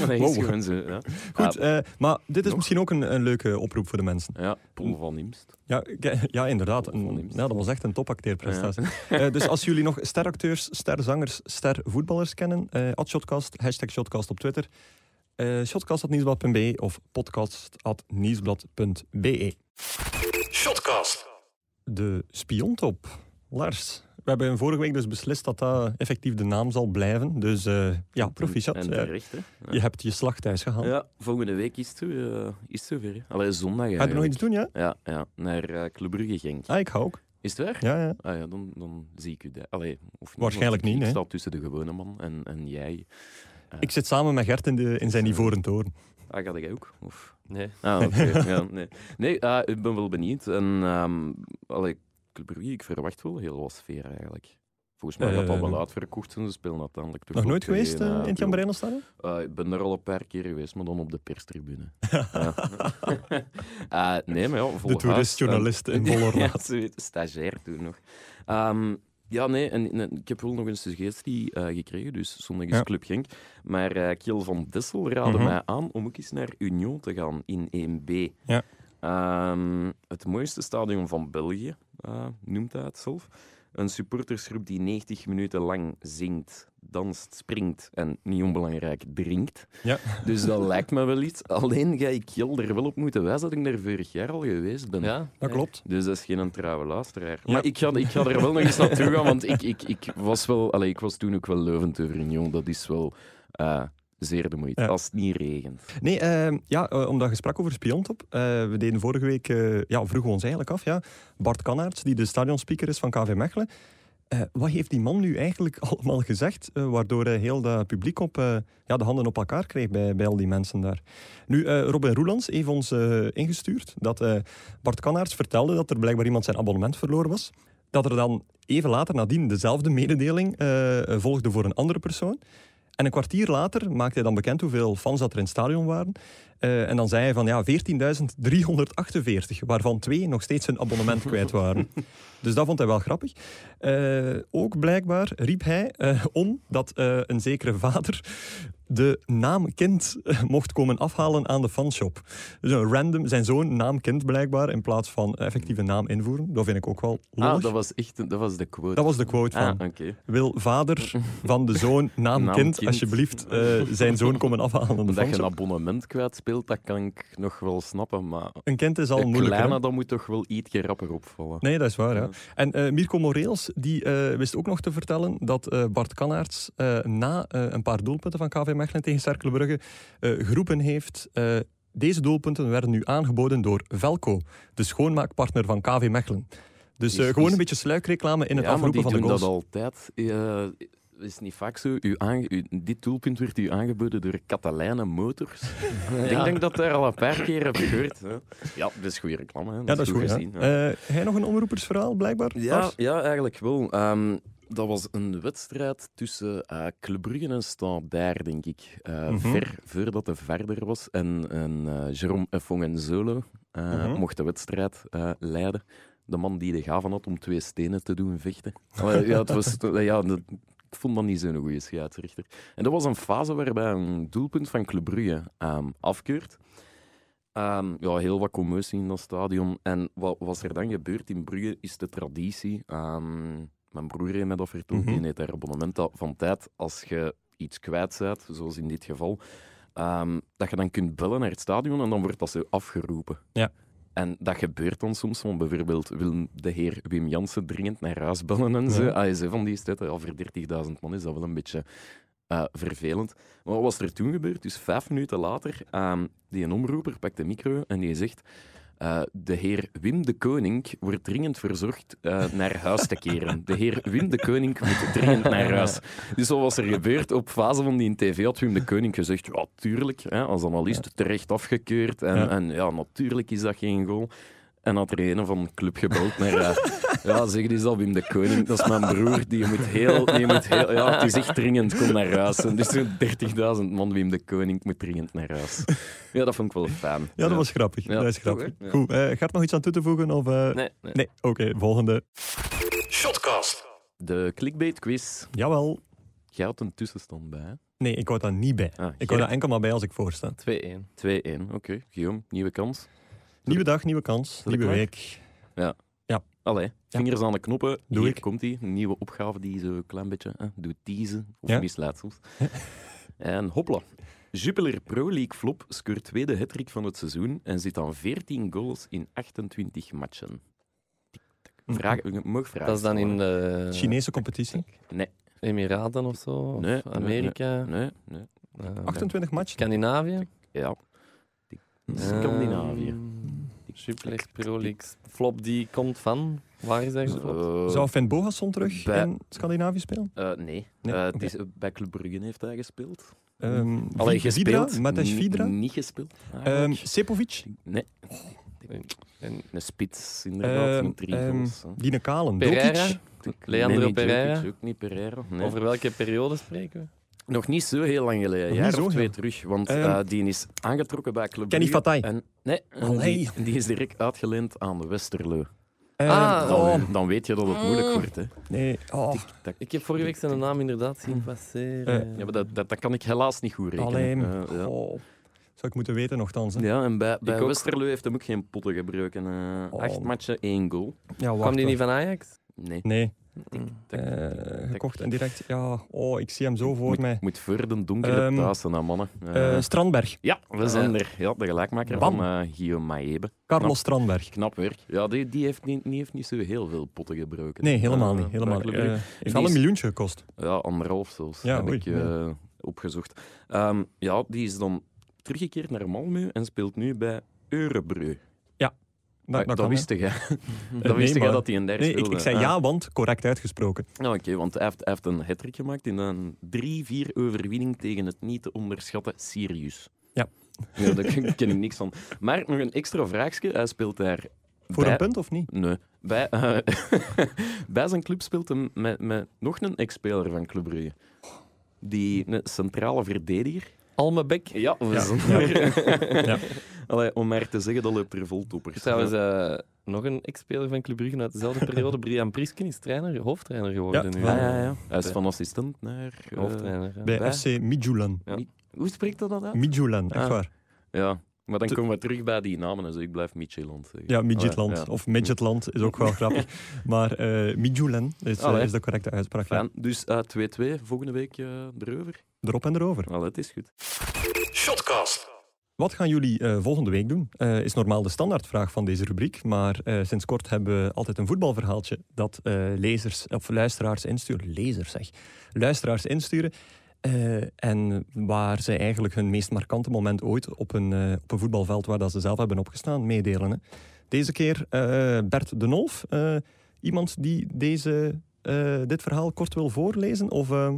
[SPEAKER 4] dat is
[SPEAKER 1] Wow.
[SPEAKER 4] gewoon zo. Ja,
[SPEAKER 1] Goed, eh, maar dit is
[SPEAKER 4] Nog?
[SPEAKER 1] misschien ook een, een leuke oproep voor de mensen.
[SPEAKER 4] ja Paul van Imst.
[SPEAKER 1] Ja, ke- ja inderdaad.
[SPEAKER 4] Van
[SPEAKER 1] Een,
[SPEAKER 4] Imst.
[SPEAKER 1] ja, dat was echt een topacteerprestatie. [LAUGHS] Eh, dus als jullie nog steracteurs, sterzangers, stervoetballers kennen, eh @shotcast, hashtag shotcast op Twitter, eh shotcast.nieuwsblad.be of podcast.nieuwsblad.be. Shotcast. De spiontop. Lars, we hebben vorige week dus beslist dat dat effectief de naam zal blijven. Dus eh, ja, proficiat.
[SPEAKER 4] En, en
[SPEAKER 1] Eh,
[SPEAKER 4] terecht, hè.
[SPEAKER 1] je hebt je slag thuis gehaald.
[SPEAKER 4] Ja, volgende week is het, zo, eh, is het zover. hè. Allee, zondag
[SPEAKER 1] Ga je er nog
[SPEAKER 4] eigenlijk.
[SPEAKER 1] iets doen, ja?
[SPEAKER 4] Ja, ja, naar eh Club Brugge Genk.
[SPEAKER 1] Ah, ik ga ook.
[SPEAKER 4] Is het waar?
[SPEAKER 1] Ja, ja.
[SPEAKER 4] Ah ja, dan, dan zie ik u daar. Allee, of niet,
[SPEAKER 1] Waarschijnlijk
[SPEAKER 4] want ik-
[SPEAKER 1] niet,
[SPEAKER 4] Ik
[SPEAKER 1] hè.
[SPEAKER 4] sta tussen de gewone man en, en jij.
[SPEAKER 1] Ik zit samen met Gert in, de, in zijn ivoren toren.
[SPEAKER 4] Ah, ga jij ook? Of...
[SPEAKER 2] Nee.
[SPEAKER 1] [LAUGHS]
[SPEAKER 4] Ah, oké. ja, nee, nee ah, ik ben wel benieuwd. En, ehm allee, Club Brugge, ik verwacht wel heel wat sfeer eigenlijk. Volgens mij gaat dat
[SPEAKER 1] Eh,
[SPEAKER 4] wel uitverkocht zijn. Ze spelen uiteindelijk toch
[SPEAKER 1] Nog
[SPEAKER 4] wel
[SPEAKER 1] nooit
[SPEAKER 4] tegen,
[SPEAKER 1] geweest eh, in
[SPEAKER 4] eh,
[SPEAKER 1] het
[SPEAKER 4] Brugge.
[SPEAKER 1] Jan Breinelstadion?
[SPEAKER 4] Eh, ik ben er al een paar keer geweest, maar dan op de perstribune. [LAUGHS]
[SPEAKER 1] [LAUGHS]
[SPEAKER 4] Ja. [LAUGHS] Eh, nee, maar ja, vol
[SPEAKER 1] De
[SPEAKER 4] haast. eh,
[SPEAKER 1] toeristjournalist in volle
[SPEAKER 4] [LAUGHS] ja,
[SPEAKER 1] raad.
[SPEAKER 4] zoiets. stagiair toen nog. Ehm, ja, nee, en, en ik heb wel nog een suggestie eh, gekregen, dus zondag is
[SPEAKER 1] Ja.
[SPEAKER 4] Club Genk. Maar eh Kiel van Dessel raadde
[SPEAKER 1] Mhm.
[SPEAKER 4] mij aan om ook eens naar Union te gaan in 1B.
[SPEAKER 1] Ja.
[SPEAKER 4] Ehm, het mooiste stadion van België, eh, noemt hij het zelf. Een supportersgroep die 90 minuten lang zingt, danst, springt en, niet onbelangrijk, drinkt.
[SPEAKER 1] Ja.
[SPEAKER 4] Dus dat lijkt me wel iets. Alleen ga ik Jel er wel op moeten wijzen dat ik daar vorig jaar al geweest ben.
[SPEAKER 2] Ja?
[SPEAKER 1] Dat klopt.
[SPEAKER 4] Dus dat is geen trouwe luisteraar.
[SPEAKER 1] Ja.
[SPEAKER 4] Maar ik ga, ik ga er wel nog eens naartoe gaan, want ik, ik, ik, was wel, allee, ik was toen ook wel Leuven over Union. Dat is wel eh, zeer de moeite,
[SPEAKER 1] Ja.
[SPEAKER 4] als het niet regent.
[SPEAKER 1] Nee, eh, ja, eh, omdat je sprak over Spiontop. eh, we deden vorige week, eh, ja, vroegen we ons eigenlijk af, ja. Bart Kannaerts, die de stadionspeaker is van KV Mechelen. Eh, wat heeft die man nu eigenlijk [LAUGHS] allemaal gezegd, eh, waardoor hij heel dat publiek op, eh, ja, de handen op elkaar kreeg bij, bij al die mensen daar? Nu, eh, Robin Roelands heeft ons eh, ingestuurd dat eh, Bart Kannaerts vertelde dat er blijkbaar iemand zijn abonnement verloren was. Dat er dan even later nadien dezelfde mededeling eh, eh, volgde voor een andere persoon. En een kwartier later maakte hij dan bekend hoeveel fans dat er in het stadion waren. Eh, en dan zei hij van ja, 14.348, waarvan twee nog steeds hun abonnement kwijt
[SPEAKER 4] [LAUGHS]
[SPEAKER 1] waren. Dus dat vond hij wel grappig. Eh, ook blijkbaar riep hij eh, om dat eh, een zekere vader de naam kind eh, mocht komen afhalen aan de fanshop. Dus een random, zijn zoon naam kind blijkbaar, in plaats van effectieve naam invoeren. Dat vind ik ook wel lollig.
[SPEAKER 4] Ah, dat was echt dat was de quote.
[SPEAKER 1] dat was de quote van
[SPEAKER 4] Ah, oké.
[SPEAKER 1] wil vader van de
[SPEAKER 4] [LAUGHS]
[SPEAKER 1] zoon, naam,
[SPEAKER 4] Naam
[SPEAKER 1] kind,
[SPEAKER 4] kind.
[SPEAKER 1] alsjeblieft eh, zijn zoon komen afhalen. aan de
[SPEAKER 4] Dat je een
[SPEAKER 1] fanshop.
[SPEAKER 4] abonnement kwijtspeelt, dat kan ik nog wel snappen, maar
[SPEAKER 1] Een kind is al
[SPEAKER 4] de
[SPEAKER 1] moeilijk.
[SPEAKER 4] kleine, dat moet toch wel iets rapper opvallen.
[SPEAKER 1] Nee, dat is waar. Ja.
[SPEAKER 4] Ja.
[SPEAKER 1] En eh, Mirko Moreels die, eh, wist ook nog te vertellen dat eh, Bart Kannaerts eh, na eh, een paar doelpunten van KV Mechelen tegen Cercle Brugge eh, geroepen heeft... eh, deze doelpunten werden nu aangeboden door Velco, de schoonmaakpartner van KV Mechelen. Dus eh,
[SPEAKER 4] Is-
[SPEAKER 1] gewoon
[SPEAKER 4] is-
[SPEAKER 1] een beetje sluikreclame in het
[SPEAKER 4] ja, maar
[SPEAKER 1] afroepen van
[SPEAKER 4] die
[SPEAKER 1] de
[SPEAKER 4] doen
[SPEAKER 1] goals.
[SPEAKER 4] dat altijd. Eh, is niet vaak zo. U aange- u- dit doelpunt werd u aangeboden door Catalijnen
[SPEAKER 1] [LAUGHS]
[SPEAKER 4] Motors. Ik denk dat ik dat daar al een paar keer heb gehoord. Hè. Ja, dat is goede reclame. Hè. Dat
[SPEAKER 1] Ja, dat is goed.
[SPEAKER 4] gezien.
[SPEAKER 1] hè.
[SPEAKER 4] hè.
[SPEAKER 1] Eh, hij nog een omroepersverhaal, blijkbaar?
[SPEAKER 4] Ja,
[SPEAKER 1] Lars?
[SPEAKER 4] ja, eigenlijk wel. Ehm, dat was een wedstrijd tussen eh Club Brugge en Standaard, denk ik. Eh,
[SPEAKER 1] Mhm.
[SPEAKER 4] ver, voordat de verder was. En, en eh Jerome Effong en Zolo eh,
[SPEAKER 1] Mhm.
[SPEAKER 4] mocht de wedstrijd eh,
[SPEAKER 1] [LAUGHS]
[SPEAKER 4] leiden. De man die de gaven had om twee stenen te doen vechten. Allee, ja, het was, ja, dat ik vond dat niet zo'n goede scheidsrechter. En dat was een fase waarbij een doelpunt van Club Brugge ehm, afkeurt. Ehm, ja, heel wat commotie in dat stadion. En wat was er dan gebeurd in Brugge is de traditie. ehm, mijn broer heeft mij dat verteld.
[SPEAKER 1] Mhm.
[SPEAKER 4] Die heeft daar abonnement dat van tijd als je iets kwijt bent, zoals in dit geval, ehm, dat je dan kunt bellen naar het stadion en dan wordt dat zo afgeroepen.
[SPEAKER 1] Ja.
[SPEAKER 4] En dat gebeurt dan soms, want bijvoorbeeld wil de heer Wim Jansen dringend naar huis bellen en zo.
[SPEAKER 1] Ja.
[SPEAKER 4] Ah, zo van die tijd, al voor 30.000 man is dat wel een beetje eh, vervelend. Maar wat was er toen gebeurd? Dus vijf minuten later, ehm, die een omroeper pakt de micro en die zegt... eh, de heer Wim de Koning wordt dringend verzocht eh, naar huis te keren. De heer Wim de Koning moet dringend naar huis. Dus wat was er gebeurd? Op fase van die tv had Wim de Koning gezegd, ja, tuurlijk, hè, als analist terecht afgekeurd. En ja.
[SPEAKER 1] Ja.
[SPEAKER 4] en ja, natuurlijk is dat geen goal. En had er een van de club gebeld naar... eh, ja, zeg, die is al Wim de Koning. Dat is mijn broer. Die moet heel... Die moet heel ja, het is echt dringend. Kom naar huis. En dus zo'n 30.000 man Wim de Koning moet dringend naar huis. Ja, dat vond ik wel fijn.
[SPEAKER 1] Ja, dat was grappig.
[SPEAKER 4] Ja,
[SPEAKER 1] dat is
[SPEAKER 4] toch,
[SPEAKER 1] grappig.
[SPEAKER 4] hè? Ja.
[SPEAKER 1] Goed, eh, gaat nog iets aan toe te voegen? Of, eh?
[SPEAKER 2] Nee, nee.
[SPEAKER 1] Nee, oké, volgende.
[SPEAKER 4] De clickbait quiz.
[SPEAKER 1] Jawel.
[SPEAKER 4] Jij had een tussenstand bij, hè?
[SPEAKER 1] Nee, ik houd daar niet bij.
[SPEAKER 4] Ah,
[SPEAKER 1] Ik houd daar enkel maar bij als ik voorsta.
[SPEAKER 2] 2-1.
[SPEAKER 4] Gerrit, 2-1. Oké, Guillaume, nieuwe kans.
[SPEAKER 1] Nieuwe dag, nieuwe kans,
[SPEAKER 4] ik
[SPEAKER 1] nieuwe
[SPEAKER 4] klaar?
[SPEAKER 1] week.
[SPEAKER 4] Allee,
[SPEAKER 1] Ja.
[SPEAKER 4] vingers aan de knoppen.
[SPEAKER 1] Doe
[SPEAKER 4] Hier
[SPEAKER 1] ik.
[SPEAKER 4] komt die. Een nieuwe opgave die zo een klein beetje hè, doet teasen.
[SPEAKER 1] [LAUGHS]
[SPEAKER 4] Of
[SPEAKER 1] Ja.
[SPEAKER 4] mislaat soms. en hopla. Jupiler Pro League flop scoort tweede hattrick van het seizoen en zit aan 14 goals in 28 matchen.
[SPEAKER 1] Mhm.
[SPEAKER 4] Vraag, eh, je mag vragen
[SPEAKER 2] Dat is dan in
[SPEAKER 4] stellen.
[SPEAKER 2] de
[SPEAKER 1] Hm. Chinese competitie.
[SPEAKER 2] Emiraten of zo? Of
[SPEAKER 4] Nee, nee,
[SPEAKER 2] Amerika?
[SPEAKER 4] Nee, nee.
[SPEAKER 2] Eh,
[SPEAKER 1] 28 matchen.
[SPEAKER 2] Scandinavië?
[SPEAKER 4] Ja. Scandinavië.
[SPEAKER 2] Eh, Superleague Pro League. Flop die komt van? Waar is eigenlijk de flop?
[SPEAKER 4] Zo.
[SPEAKER 1] Zou Finn Bogason terug
[SPEAKER 4] Bij-
[SPEAKER 1] in Scandinavië spelen?
[SPEAKER 4] Eh, nee.
[SPEAKER 1] Nee,
[SPEAKER 4] Eh, het
[SPEAKER 1] oké.
[SPEAKER 4] is, bij Club Brugge heeft hij gespeeld.
[SPEAKER 1] Ehm
[SPEAKER 4] Allee,
[SPEAKER 1] Vi-
[SPEAKER 4] gespeeld.
[SPEAKER 1] Vidra, Matej
[SPEAKER 4] Ni-
[SPEAKER 1] Vidra,
[SPEAKER 4] Niet gespeeld. Ah,
[SPEAKER 1] ehm,
[SPEAKER 4] eigenlijk.
[SPEAKER 1] Sepovic,
[SPEAKER 4] nee,
[SPEAKER 2] En
[SPEAKER 4] een spits inderdaad.
[SPEAKER 1] Ehm,
[SPEAKER 4] met drie
[SPEAKER 1] ehm,
[SPEAKER 4] goals, hè.
[SPEAKER 1] Dine Kalen,
[SPEAKER 2] Pereira?
[SPEAKER 1] Dokic.
[SPEAKER 2] Leandro
[SPEAKER 4] Nee, niet
[SPEAKER 2] Pereira?
[SPEAKER 4] Djokic, ook niet Pereira. Nee.
[SPEAKER 2] Over welke periode spreken we?
[SPEAKER 4] Nog niet zo heel lang geleden, een
[SPEAKER 1] Nog
[SPEAKER 4] jaar
[SPEAKER 1] niet zo
[SPEAKER 4] of twee
[SPEAKER 1] heel-
[SPEAKER 4] terug. Want
[SPEAKER 1] Ehm,
[SPEAKER 4] eh, die is aangetrokken bij Club
[SPEAKER 1] Kenny
[SPEAKER 4] Brugge
[SPEAKER 1] Fatay.
[SPEAKER 4] En, nee, en
[SPEAKER 1] Allee.
[SPEAKER 4] die, die is direct uitgeleend aan de Westerlo.
[SPEAKER 1] Ehm,
[SPEAKER 2] Ah,
[SPEAKER 4] Dan,
[SPEAKER 1] oh,
[SPEAKER 4] dan weet je dat het
[SPEAKER 2] Mm.
[SPEAKER 4] moeilijk wordt. Hè.
[SPEAKER 1] nee. Oh,
[SPEAKER 4] Dat,
[SPEAKER 2] Ik heb vorige week zijn naam inderdaad
[SPEAKER 4] Hm.
[SPEAKER 2] zien passeren.
[SPEAKER 1] Eh,
[SPEAKER 4] ja, maar dat, dat, dat kan ik helaas niet goed rekenen.
[SPEAKER 1] alleen.
[SPEAKER 4] Eh, ja.
[SPEAKER 1] oh. Zou ik moeten weten, nogthans. hè?
[SPEAKER 4] Ja, en bij, bij
[SPEAKER 2] ook.
[SPEAKER 4] Westerlo heeft hem ook geen potten gebruiken. eh
[SPEAKER 1] Oh.
[SPEAKER 4] Acht matchen, één goal.
[SPEAKER 1] Ja, wacht,
[SPEAKER 2] Kwam die
[SPEAKER 1] hoor.
[SPEAKER 2] niet van Ajax?
[SPEAKER 4] Nee.
[SPEAKER 1] Nee,
[SPEAKER 2] Mm.
[SPEAKER 4] Dat-
[SPEAKER 1] eh, gekocht en direct. Ja, oh, ik zie hem zo voor
[SPEAKER 4] moet,
[SPEAKER 1] mij.
[SPEAKER 4] moet voor de donkere
[SPEAKER 1] Ehm,
[SPEAKER 4] thuis naar mannen. Eh,
[SPEAKER 1] Eh, Strandberg,
[SPEAKER 4] ja, we zijn
[SPEAKER 2] eh,
[SPEAKER 4] er. Ja, de gelijkmaker
[SPEAKER 1] Bam.
[SPEAKER 4] van eh Guillaume Maebe.
[SPEAKER 1] Carlos
[SPEAKER 4] knap.
[SPEAKER 1] Strandberg.
[SPEAKER 4] Knap werk. Ja, die, die, heeft niet, die heeft niet zo heel veel potten gebroken.
[SPEAKER 1] Nee, helemaal
[SPEAKER 4] Eh,
[SPEAKER 1] niet. Helemaal niet.
[SPEAKER 4] Club
[SPEAKER 1] Eh,
[SPEAKER 4] Brugge.
[SPEAKER 1] heeft wel een miljoentje gekost.
[SPEAKER 4] ja, anderhalf zelfs
[SPEAKER 1] Ja,
[SPEAKER 4] heb
[SPEAKER 1] oei,
[SPEAKER 4] ik eh, opgezocht. Ehm, ja, die is dan teruggekeerd naar Malmö en speelt nu bij Eurebru.
[SPEAKER 1] Dat, dat
[SPEAKER 4] dat
[SPEAKER 1] kan, hè. [LAUGHS]
[SPEAKER 4] wist jij. [LAUGHS] dat
[SPEAKER 1] nee,
[SPEAKER 4] wist jij
[SPEAKER 1] maar-
[SPEAKER 4] dat hij een derde
[SPEAKER 1] Nee, ik,
[SPEAKER 4] speelde.
[SPEAKER 1] ik zei
[SPEAKER 4] Ah.
[SPEAKER 1] ja, want correct uitgesproken.
[SPEAKER 4] Ja, Nou, Oké, want hij heeft, hij heeft een hat gemaakt in een 3-4 overwinning tegen het niet te onderschatten Sirius.
[SPEAKER 1] Ja.
[SPEAKER 4] ja daar ken ken ik niks van. Maar nog een extra vraagje. Hij speelt daar
[SPEAKER 1] Voor
[SPEAKER 4] bij-
[SPEAKER 1] een punt of niet?
[SPEAKER 4] Nee. Bij, eh, [LAUGHS] bij zijn club speelt hem met, met nog een ex-speler van Club Brugge. Die een centrale verdediger.
[SPEAKER 2] Alme Beck.
[SPEAKER 4] [LAUGHS] Ja, we
[SPEAKER 1] Ja.
[SPEAKER 4] zijn-
[SPEAKER 1] Ja.
[SPEAKER 4] Allee, om maar te zeggen, dat loopt er vol toppers.
[SPEAKER 2] Trouwens, eh, nog een ex-speler van Club Brugge
[SPEAKER 1] [LAUGHS]
[SPEAKER 2] uit dezelfde periode. Brian Prisken is trainer, hoofdtrainer geworden
[SPEAKER 1] Ja,
[SPEAKER 2] nu.
[SPEAKER 4] Ja,
[SPEAKER 1] wel.
[SPEAKER 4] ja, ja. Hij is van assistent naar... eh,
[SPEAKER 2] Hoofdtrainer. ja.
[SPEAKER 1] Bij
[SPEAKER 4] bij-
[SPEAKER 1] FC Midjulan.
[SPEAKER 4] hoe spreekt dat dan uit?
[SPEAKER 1] Midjulan, echt
[SPEAKER 4] Ah.
[SPEAKER 1] waar.
[SPEAKER 4] Ja, maar dan
[SPEAKER 1] Te-
[SPEAKER 4] komen we terug bij die namen. Dus ik blijf Micheland zeggen.
[SPEAKER 1] Ja, Midgetland.
[SPEAKER 4] Allee, Oh, ja.
[SPEAKER 1] Of Midgetland is ook
[SPEAKER 4] [LAUGHS]
[SPEAKER 1] wel grappig. Maar eh Midjulan is, eh,
[SPEAKER 4] Allee.
[SPEAKER 1] is de correcte uitspraak. ja.
[SPEAKER 4] Fijn. Dus eh, 2-2 volgende week eh, erover.
[SPEAKER 1] Erop en erover.
[SPEAKER 4] Allee, het is goed.
[SPEAKER 1] Wat gaan jullie eh, volgende week doen? Eh, is normaal de standaardvraag van deze rubriek. Maar eh, sinds kort hebben we altijd een voetbalverhaaltje dat eh, lezers of luisteraars insturen. Lezers zeg. Luisteraars insturen. eh, en waar zij eigenlijk hun meest markante moment ooit op een, eh, op een voetbalveld waar dat ze zelf hebben opgestaan meedelen. Hè. Deze keer eh, Bert de Nolf. Eh, iemand die deze, eh, dit verhaal kort wil voorlezen? Of, eh,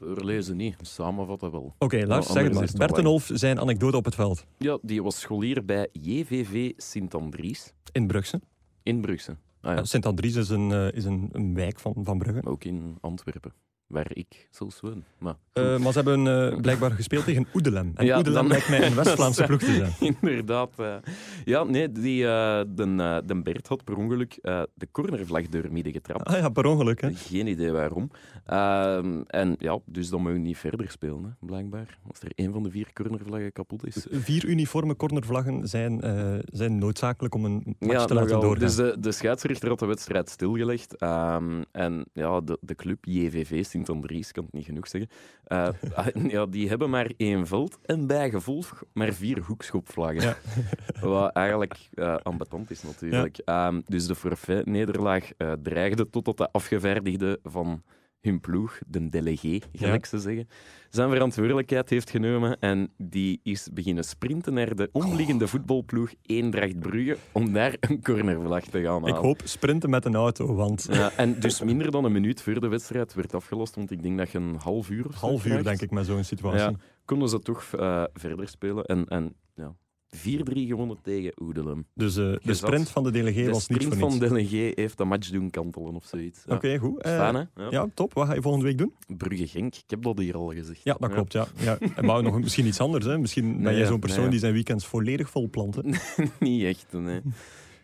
[SPEAKER 1] Oké,
[SPEAKER 4] Voorlezen niet, samenvatten wel.
[SPEAKER 1] Lars,
[SPEAKER 4] Ja,
[SPEAKER 1] zeg het
[SPEAKER 4] Oh, anders
[SPEAKER 1] maar.
[SPEAKER 4] is het
[SPEAKER 1] Bert de
[SPEAKER 4] wel
[SPEAKER 1] Nolf, zijn anekdote op het veld
[SPEAKER 4] Ja, die was scholier bij JVV Sint-Andries
[SPEAKER 1] in Brugse.
[SPEAKER 4] in Brugse. Ah, ja.
[SPEAKER 1] eh, Ja, Sint-Andries is, een, eh, is een, een wijk van, van Brugge.
[SPEAKER 4] Ook in Antwerpen. waar ik zelfs woon. Maar
[SPEAKER 1] [LAUGHS] Eh, maar ze hebben eh, blijkbaar gespeeld tegen Oedelem. En
[SPEAKER 4] Ja,
[SPEAKER 1] Oedelem
[SPEAKER 4] dan-
[SPEAKER 1] lijkt mij een West-Vlaamse ploeg te
[SPEAKER 4] [LAUGHS]
[SPEAKER 1] zijn.
[SPEAKER 4] [LAUGHS] Inderdaad. eh. Ja, nee, die, eh, den, eh, den Bert had per ongeluk eh, de cornervlag door midden getrapt.
[SPEAKER 1] Ah ja, per ongeluk. Hè.
[SPEAKER 4] Geen idee waarom. Ehm, en ja, dus dan moet je niet verder spelen, hè, blijkbaar. Als er één van de vier cornervlaggen kapot is.
[SPEAKER 1] Vier uniforme cornervlaggen zijn, eh, zijn noodzakelijk om een match
[SPEAKER 4] Ja,
[SPEAKER 1] te laten
[SPEAKER 4] nogal.
[SPEAKER 1] doorgaan.
[SPEAKER 4] Dus de, de scheidsrechter had de wedstrijd stilgelegd. Ehm, en ja, de, de club JVV, Sint-Andries, kan het niet genoeg zeggen. eh, [LAUGHS] ja, die hebben maar één veld en bijgevolg maar vier hoekschopvlaggen. [LAUGHS] Wat eigenlijk eh ambetant is natuurlijk. Ehm, dus de forfait-nederlaag eh, dreigde totdat de afgevaardigde van hun ploeg, de delegé,
[SPEAKER 1] Ja.
[SPEAKER 4] ga ik ze zeggen, zijn verantwoordelijkheid heeft genomen en die is beginnen sprinten naar de omliggende
[SPEAKER 1] Oh.
[SPEAKER 4] voetbalploeg Eendracht Brugge om daar een cornervlag te gaan halen.
[SPEAKER 1] Ik hoop sprinten met een auto, want
[SPEAKER 4] Ja, en dus minder dan een minuut voor de wedstrijd werd afgelost, want ik denk dat je een half uur... of zo
[SPEAKER 1] half uur
[SPEAKER 4] krijgt.
[SPEAKER 1] denk ik met zo'n situatie.
[SPEAKER 4] Ja. Konden ze toch eh, verder spelen en... en ja. 4-3 gewonnen tegen Oedelum.
[SPEAKER 1] Dus eh, de
[SPEAKER 4] zat.
[SPEAKER 1] sprint van de delegé
[SPEAKER 4] De
[SPEAKER 1] was niet
[SPEAKER 4] sprint
[SPEAKER 1] voor
[SPEAKER 4] van
[SPEAKER 1] niets.
[SPEAKER 4] Delegé heeft de match doen kantelen of zoiets. Ja.
[SPEAKER 1] Oké, goed. Eh,
[SPEAKER 4] Fijn, hè? Ja.
[SPEAKER 1] ja, top. Wat ga je volgende week doen?
[SPEAKER 4] Brugge-Genk, ik heb dat hier al gezegd.
[SPEAKER 1] Ja, dat klopt. Ja. Ja. En wou nog misschien iets anders. Hè? Misschien ben
[SPEAKER 4] Nee,
[SPEAKER 1] jij
[SPEAKER 4] ja.
[SPEAKER 1] zo'n persoon
[SPEAKER 4] Nee, ja.
[SPEAKER 1] die zijn weekends volledig vol planten.
[SPEAKER 4] [LAUGHS] Niet echt, nee.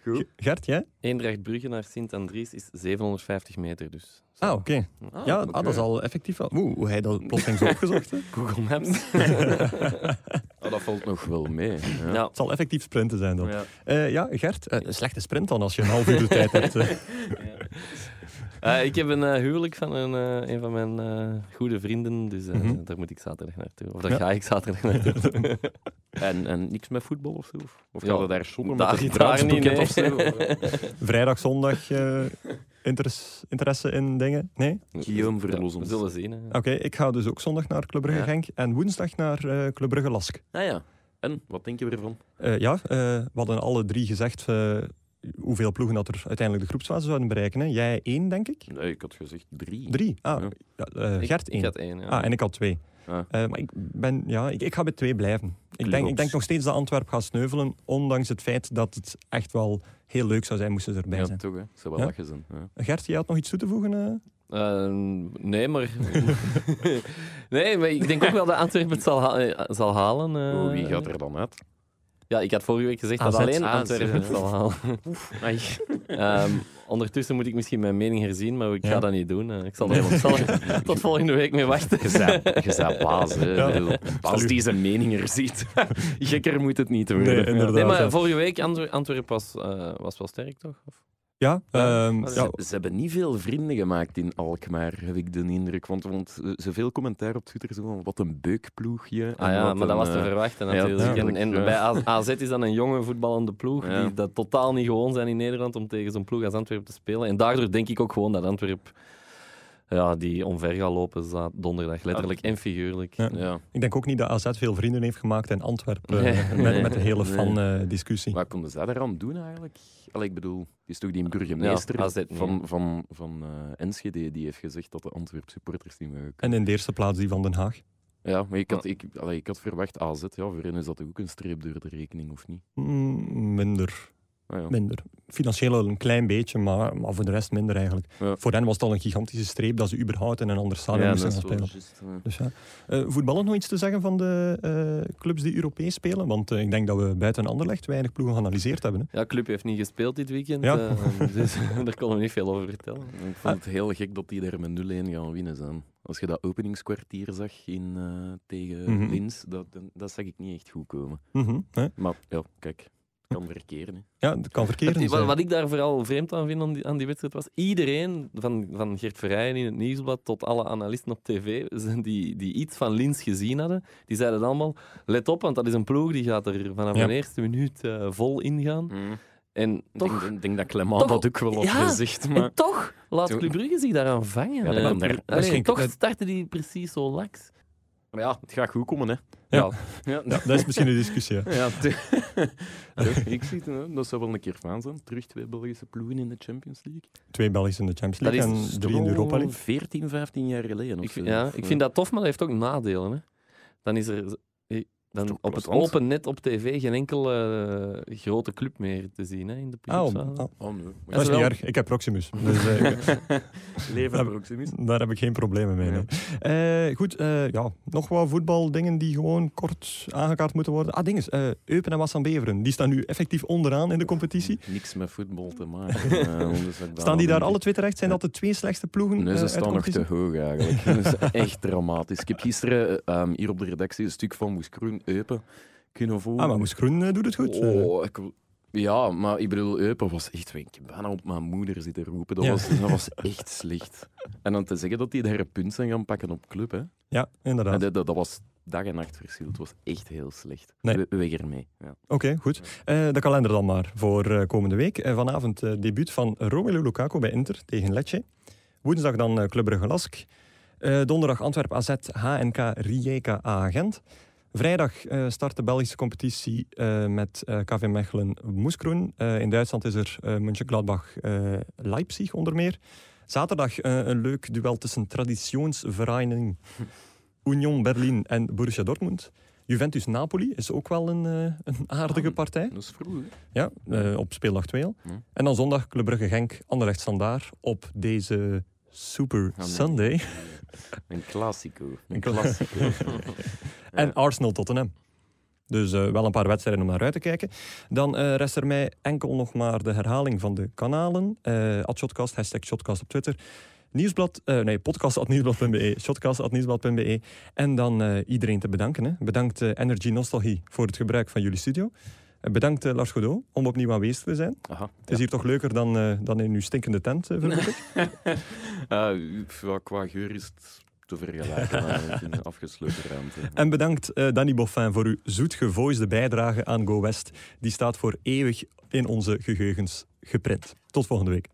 [SPEAKER 4] Goed.
[SPEAKER 1] Gert, jij?
[SPEAKER 2] Eendracht Brugge naar Sint-Andries is 750 meter, dus. Zo.
[SPEAKER 1] Ah, oké. Ja, ah, dat is al effectief. wel- Oeh, hoe hij [LAUGHS] dat plotseling zo opgezocht. hè?
[SPEAKER 2] Google Maps.
[SPEAKER 4] Ah, dat valt nog wel mee.
[SPEAKER 1] [LAUGHS]
[SPEAKER 4] Ja.
[SPEAKER 2] Ja.
[SPEAKER 1] Het zal effectief sprinten zijn dan.
[SPEAKER 4] Ja.
[SPEAKER 1] Eh, ja, Gert, eh, een slechte sprint dan als je een half uur de tijd
[SPEAKER 2] [LAUGHS]
[SPEAKER 1] hebt. eh.
[SPEAKER 2] Eh, ik heb een eh, huwelijk van een, eh, een van mijn eh, goede vrienden, dus eh,
[SPEAKER 1] Mhm.
[SPEAKER 2] daar moet ik zaterdag naartoe. Of daar
[SPEAKER 1] Ja.
[SPEAKER 2] ga ik zaterdag naartoe.
[SPEAKER 4] En, en niks met voetbal of zo? Of- Of
[SPEAKER 2] Ja,
[SPEAKER 4] hadden daar zonder
[SPEAKER 2] daar
[SPEAKER 4] met het
[SPEAKER 2] niet, daar niet,
[SPEAKER 4] draadspakket
[SPEAKER 2] nee.
[SPEAKER 4] of zo?
[SPEAKER 1] Vrijdag, zondag, eh, interes- interesse in dingen? Nee?
[SPEAKER 4] Guillaume, verlos
[SPEAKER 2] Ja,
[SPEAKER 4] ons.
[SPEAKER 2] We zullen zien. hè.
[SPEAKER 1] Oké, ik ga dus ook zondag naar Club Brugge
[SPEAKER 4] Ja.
[SPEAKER 1] Genk en woensdag naar eh Club Brugge Lask.
[SPEAKER 4] Ah ja. En, wat denk je ervan?
[SPEAKER 1] Eh, ja, eh, we hadden alle drie gezegd eh, hoeveel ploegen dat er uiteindelijk de groepsfase zouden bereiken. Hè? Jij één, denk ik?
[SPEAKER 4] Nee, ik had gezegd drie.
[SPEAKER 1] Drie. Ah,
[SPEAKER 4] Ja.
[SPEAKER 1] ja, eh,
[SPEAKER 2] Ik-
[SPEAKER 1] Gert
[SPEAKER 2] ik
[SPEAKER 1] één.
[SPEAKER 2] had één, ja.
[SPEAKER 1] Ah, en ik had twee.
[SPEAKER 4] Ja.
[SPEAKER 1] Eh, maar ik, ben, ja, ik, ik ga bij twee blijven. Ik denk,
[SPEAKER 4] Klopt.
[SPEAKER 1] ik denk nog steeds dat Antwerpen gaat sneuvelen, ondanks het feit dat het echt wel heel leuk zou zijn moesten ze erbij
[SPEAKER 4] Ja,
[SPEAKER 1] zijn.
[SPEAKER 4] toch, hè. Zou wel
[SPEAKER 1] Ja?
[SPEAKER 4] lachen zijn. Ja.
[SPEAKER 1] Gert, jij had nog iets toe te voegen? eh?
[SPEAKER 2] Eh, nee, maar... [LAUGHS] nee, maar ik denk ook wel dat Antwerpen het zal, ha- eh, zal halen. eh.
[SPEAKER 4] Oh, wie gaat er dan uit?
[SPEAKER 2] Ja, ik had vorige week gezegd dat
[SPEAKER 1] AZ.
[SPEAKER 2] alleen
[SPEAKER 4] AZ,
[SPEAKER 2] Antwerpen het
[SPEAKER 4] ja.
[SPEAKER 2] zal halen. [LAUGHS]
[SPEAKER 4] Ai.
[SPEAKER 2] Ehm, ondertussen moet ik misschien mijn mening herzien, maar ik
[SPEAKER 1] Ja.
[SPEAKER 2] ga dat niet doen. Eh, ik zal er ik zal er tot volgende week mee wachten.
[SPEAKER 4] Je bent- je bent baas, [LAUGHS] hè.
[SPEAKER 1] Ja.
[SPEAKER 4] Ik bedoel, een Baas die zijn mening er ziet. [LAUGHS] Gekker moet het niet worden.
[SPEAKER 1] Nee, inderdaad.
[SPEAKER 2] Nee, maar
[SPEAKER 1] ja.
[SPEAKER 2] vorige week Antwer- Antwerpen was, eh, was wel sterk, toch? Of?
[SPEAKER 1] Ja,
[SPEAKER 2] Ja.
[SPEAKER 1] ehm,
[SPEAKER 2] Ze-
[SPEAKER 1] ja,
[SPEAKER 4] Ze hebben niet veel vrienden gemaakt in Alkmaar, heb ik de indruk. Want, want eh, zoveel commentaar op Twitter, zo van wat een beukploegje. en
[SPEAKER 2] Ah ja,
[SPEAKER 4] wat
[SPEAKER 2] maar dat
[SPEAKER 4] een,
[SPEAKER 2] was te
[SPEAKER 4] eh,
[SPEAKER 2] verwachten
[SPEAKER 4] ja,
[SPEAKER 2] natuurlijk. en
[SPEAKER 4] tuurlijk,
[SPEAKER 2] en
[SPEAKER 4] ja.
[SPEAKER 2] bij A- AZ is dan een jonge voetballende ploeg
[SPEAKER 4] Ja.
[SPEAKER 2] die dat totaal niet gewoon zijn in Nederland om tegen zo'n ploeg als Antwerpen te spelen. En daardoor denk ik ook gewoon dat Antwerpen ja, die omver gaat lopen za- donderdag, letterlijk en figuurlijk.
[SPEAKER 1] Ja.
[SPEAKER 4] Ja,
[SPEAKER 1] ik denk ook niet dat AZ veel vrienden heeft gemaakt in Antwerpen eh,
[SPEAKER 2] Nee.
[SPEAKER 1] met, met de hele
[SPEAKER 4] [LAUGHS] Nee.
[SPEAKER 1] [LAUGHS] fan-discussie.
[SPEAKER 4] wat konden zij daaraan doen eigenlijk? Allee, ik bedoel, het is toch die burgemeester
[SPEAKER 2] Ja, AZ niet.
[SPEAKER 4] van, van, van eh, Enschede die heeft gezegd dat de Antwerp supporters niet mogen komen.
[SPEAKER 1] en in de eerste plaats die van Den Haag.
[SPEAKER 4] Ja, maar ik had, ik, allee, ik had verwacht AZ, ja, voor hen is dat ook een streep door de rekening, of niet?
[SPEAKER 1] Mm, minder.
[SPEAKER 4] Ah, ja.
[SPEAKER 1] Minder. Financieel wel een klein beetje, maar, maar voor de rest minder eigenlijk.
[SPEAKER 4] Ja.
[SPEAKER 1] Voor hen was het al een gigantische streep dat ze überhaupt in een ander stadion
[SPEAKER 4] Ja,
[SPEAKER 1] moesten gaan
[SPEAKER 4] dat is wel
[SPEAKER 1] spelen.
[SPEAKER 4] juist, ja.
[SPEAKER 1] Dus ja. Eh, voetballen nog iets te zeggen van de eh, clubs die Europees spelen? Want eh, ik denk dat we buiten Anderlecht weinig ploegen geanalyseerd hebben. hè.
[SPEAKER 2] Ja, Club heeft niet gespeeld dit weekend,
[SPEAKER 1] Ja.
[SPEAKER 2] eh, dus [LAUGHS] daar konden we niet veel over vertellen.
[SPEAKER 4] eh, Ik vond het heel gek dat die daar met 0-1 gaan winnen zijn. Als je dat openingskwartier zag in, eh, tegen
[SPEAKER 1] Mhm.
[SPEAKER 4] Lins, dat, dat- dat zag ik niet echt goed komen.
[SPEAKER 1] Mhm, hè?
[SPEAKER 4] Maar ja, kijk, het kan verkeren. hè.
[SPEAKER 1] Ja, dat kan verkeren dus, eh, zijn.
[SPEAKER 2] Het- wat, wat ik daar vooral vreemd aan vind aan die, aan die wedstrijd was, iedereen, van, van Gert Verheyen in het nieuwsblad tot alle analisten op tv, [LAUGHS] zijn die, die iets van Lins gezien hadden, die zeiden allemaal, let op, want dat is een ploeg die gaat er vanaf
[SPEAKER 1] Ja.
[SPEAKER 2] de eerste minuut eh, vol ingaan.
[SPEAKER 4] Mhm.
[SPEAKER 2] En
[SPEAKER 4] Ik
[SPEAKER 2] toch,
[SPEAKER 4] denk, ik denk dat Clement
[SPEAKER 2] Toch-
[SPEAKER 4] dat ook wel had
[SPEAKER 2] ja,
[SPEAKER 4] gezegd. Maar...
[SPEAKER 2] en toch laat
[SPEAKER 4] Toen-
[SPEAKER 2] Club Brugge zich daaraan vangen.
[SPEAKER 4] Ja, dat
[SPEAKER 2] Eh,
[SPEAKER 4] kan daar-
[SPEAKER 2] allee,
[SPEAKER 1] misschien-
[SPEAKER 2] toch starten die precies zo laks.
[SPEAKER 4] Maar ja, het gaat goed komen, hè.
[SPEAKER 1] Ja.
[SPEAKER 4] Ja, [LAUGHS]
[SPEAKER 1] Ja, dat is misschien een discussie. ja.
[SPEAKER 4] ja, [LAUGHS] te- Toch, ik zie het, hè. dat zou wel een keer van zijn. Terug twee Belgische ploegen in de Champions League.
[SPEAKER 1] Twee Belgische in de Champions
[SPEAKER 2] Dat
[SPEAKER 1] League
[SPEAKER 2] is
[SPEAKER 1] en drie in de
[SPEAKER 2] toch-
[SPEAKER 1] Europa League.
[SPEAKER 4] 14, 15 jaar geleden of eh,
[SPEAKER 2] Ik,
[SPEAKER 4] zo.
[SPEAKER 2] vind- ja, ik vind dat tof, maar dat heeft ook nadelen. Hè. Dan is er...
[SPEAKER 4] is
[SPEAKER 2] dan
[SPEAKER 4] toch
[SPEAKER 2] op het
[SPEAKER 4] plezant?
[SPEAKER 2] open net op tv geen enkele eh, grote club meer te zien hè, in de
[SPEAKER 1] Ah,
[SPEAKER 2] publiekzaal.
[SPEAKER 1] oh, oh.
[SPEAKER 4] Oh, nee.
[SPEAKER 1] dat is niet erg. Ik heb Proximus. Dus, eh, [LAUGHS] ik-
[SPEAKER 4] [LAUGHS] Leven Proximus.
[SPEAKER 1] daar heb ik geen problemen mee. nee. Eh, goed, eh, ja, nog wat voetbaldingen die gewoon kort aangekaart moeten worden. Ah, dinges. eh Eupen en Wassam Beveren, die staan nu effectief onderaan in de competitie.
[SPEAKER 4] Niks met voetbal te
[SPEAKER 1] [LAUGHS]
[SPEAKER 4] maken. eh, anders zou ik
[SPEAKER 1] Staan die daar
[SPEAKER 4] aan
[SPEAKER 1] alle twee terecht? Zijn dat de twee slechtste ploegen? eh,
[SPEAKER 4] Nee, ze
[SPEAKER 1] uit de
[SPEAKER 4] staan nog
[SPEAKER 1] competitie?
[SPEAKER 4] te hoog eigenlijk. [LAUGHS] Dat is echt dramatisch. Ik heb gisteren eh, ehm, hier op de redactie een stuk van Moes Kroen Eupen kunnen volgen.
[SPEAKER 1] Ah, maar Moes Groen eh, doet het goed. Eh,
[SPEAKER 4] Oh, ik wil- Ja, maar ik bedoel, Eupen was echt... Ik heb bijna op mijn moeder zitten roepen. Dat,
[SPEAKER 1] Ja.
[SPEAKER 4] was, dat was echt slecht. En dan te zeggen dat die daar een punt zijn gaan pakken op club, hè.
[SPEAKER 1] ja, inderdaad.
[SPEAKER 4] Dat, dat, dat was dag en nacht verschil. Het was echt heel slecht.
[SPEAKER 1] Nee.
[SPEAKER 4] We, weg ermee. Ja.
[SPEAKER 1] Oké, goed. Eh, de kalender dan maar voor eh, komende week. Eh, vanavond eh debuut van Romelu Lukaku bij Inter tegen Lecce. Woensdag dan eh, Club Brugge Lask. Eh, donderdag Antwerp AZ, HNK, Rijeka, A Gent. Vrijdag eh, start de Belgische competitie eh, met eh, KV Mechelen Moeskroen. Eh, in Duitsland is er eh Mönchengladbach eh, Leipzig onder meer. Zaterdag eh, een leuk duel tussen traditionsvereniging Union Berlin en Borussia Dortmund. Juventus Napoli is ook wel een, eh, een aardige
[SPEAKER 4] Ah.
[SPEAKER 1] partij.
[SPEAKER 4] Dat is vroeg, hè.
[SPEAKER 1] Ja, eh, op speeldag 2 al.
[SPEAKER 4] Ja.
[SPEAKER 1] En dan zondag Club Brugge Genk, Anderlecht Standaard op deze Super
[SPEAKER 4] Ah, nee.
[SPEAKER 1] Sunday.
[SPEAKER 4] Een klassico.
[SPEAKER 1] Een
[SPEAKER 4] Een
[SPEAKER 1] klassico.
[SPEAKER 4] klassico.
[SPEAKER 1] En Arsenal Tottenham. Dus eh, wel een paar wedstrijden om naar uit te kijken. Dan eh, rest er mij enkel nog maar de herhaling van de kanalen. Eh @shotcast, hashtag Shotcast op Twitter. Nieuwsblad, eh, nee, podcast.nieuwsblad.be, shotcast.nieuwsblad.be. En dan eh, iedereen te bedanken. Hè. Bedankt eh, Energy Nostalgie voor het gebruik van jullie studio. Eh, bedankt eh, Lars Godot om opnieuw aanwezig te zijn.
[SPEAKER 4] Aha.
[SPEAKER 1] Het is hier toch leuker dan, eh, dan in uw stinkende tent, eh, vermoed ik.
[SPEAKER 4] [LAUGHS] Eh, pff, ja, qua geur is het te vergelijken maar in een afgesloten ruimte.
[SPEAKER 1] [LAUGHS] En bedankt eh, Danny Boffin voor uw zoetgevoisde bijdrage aan Go West. Die staat voor eeuwig in onze geheugens geprint. Tot volgende week.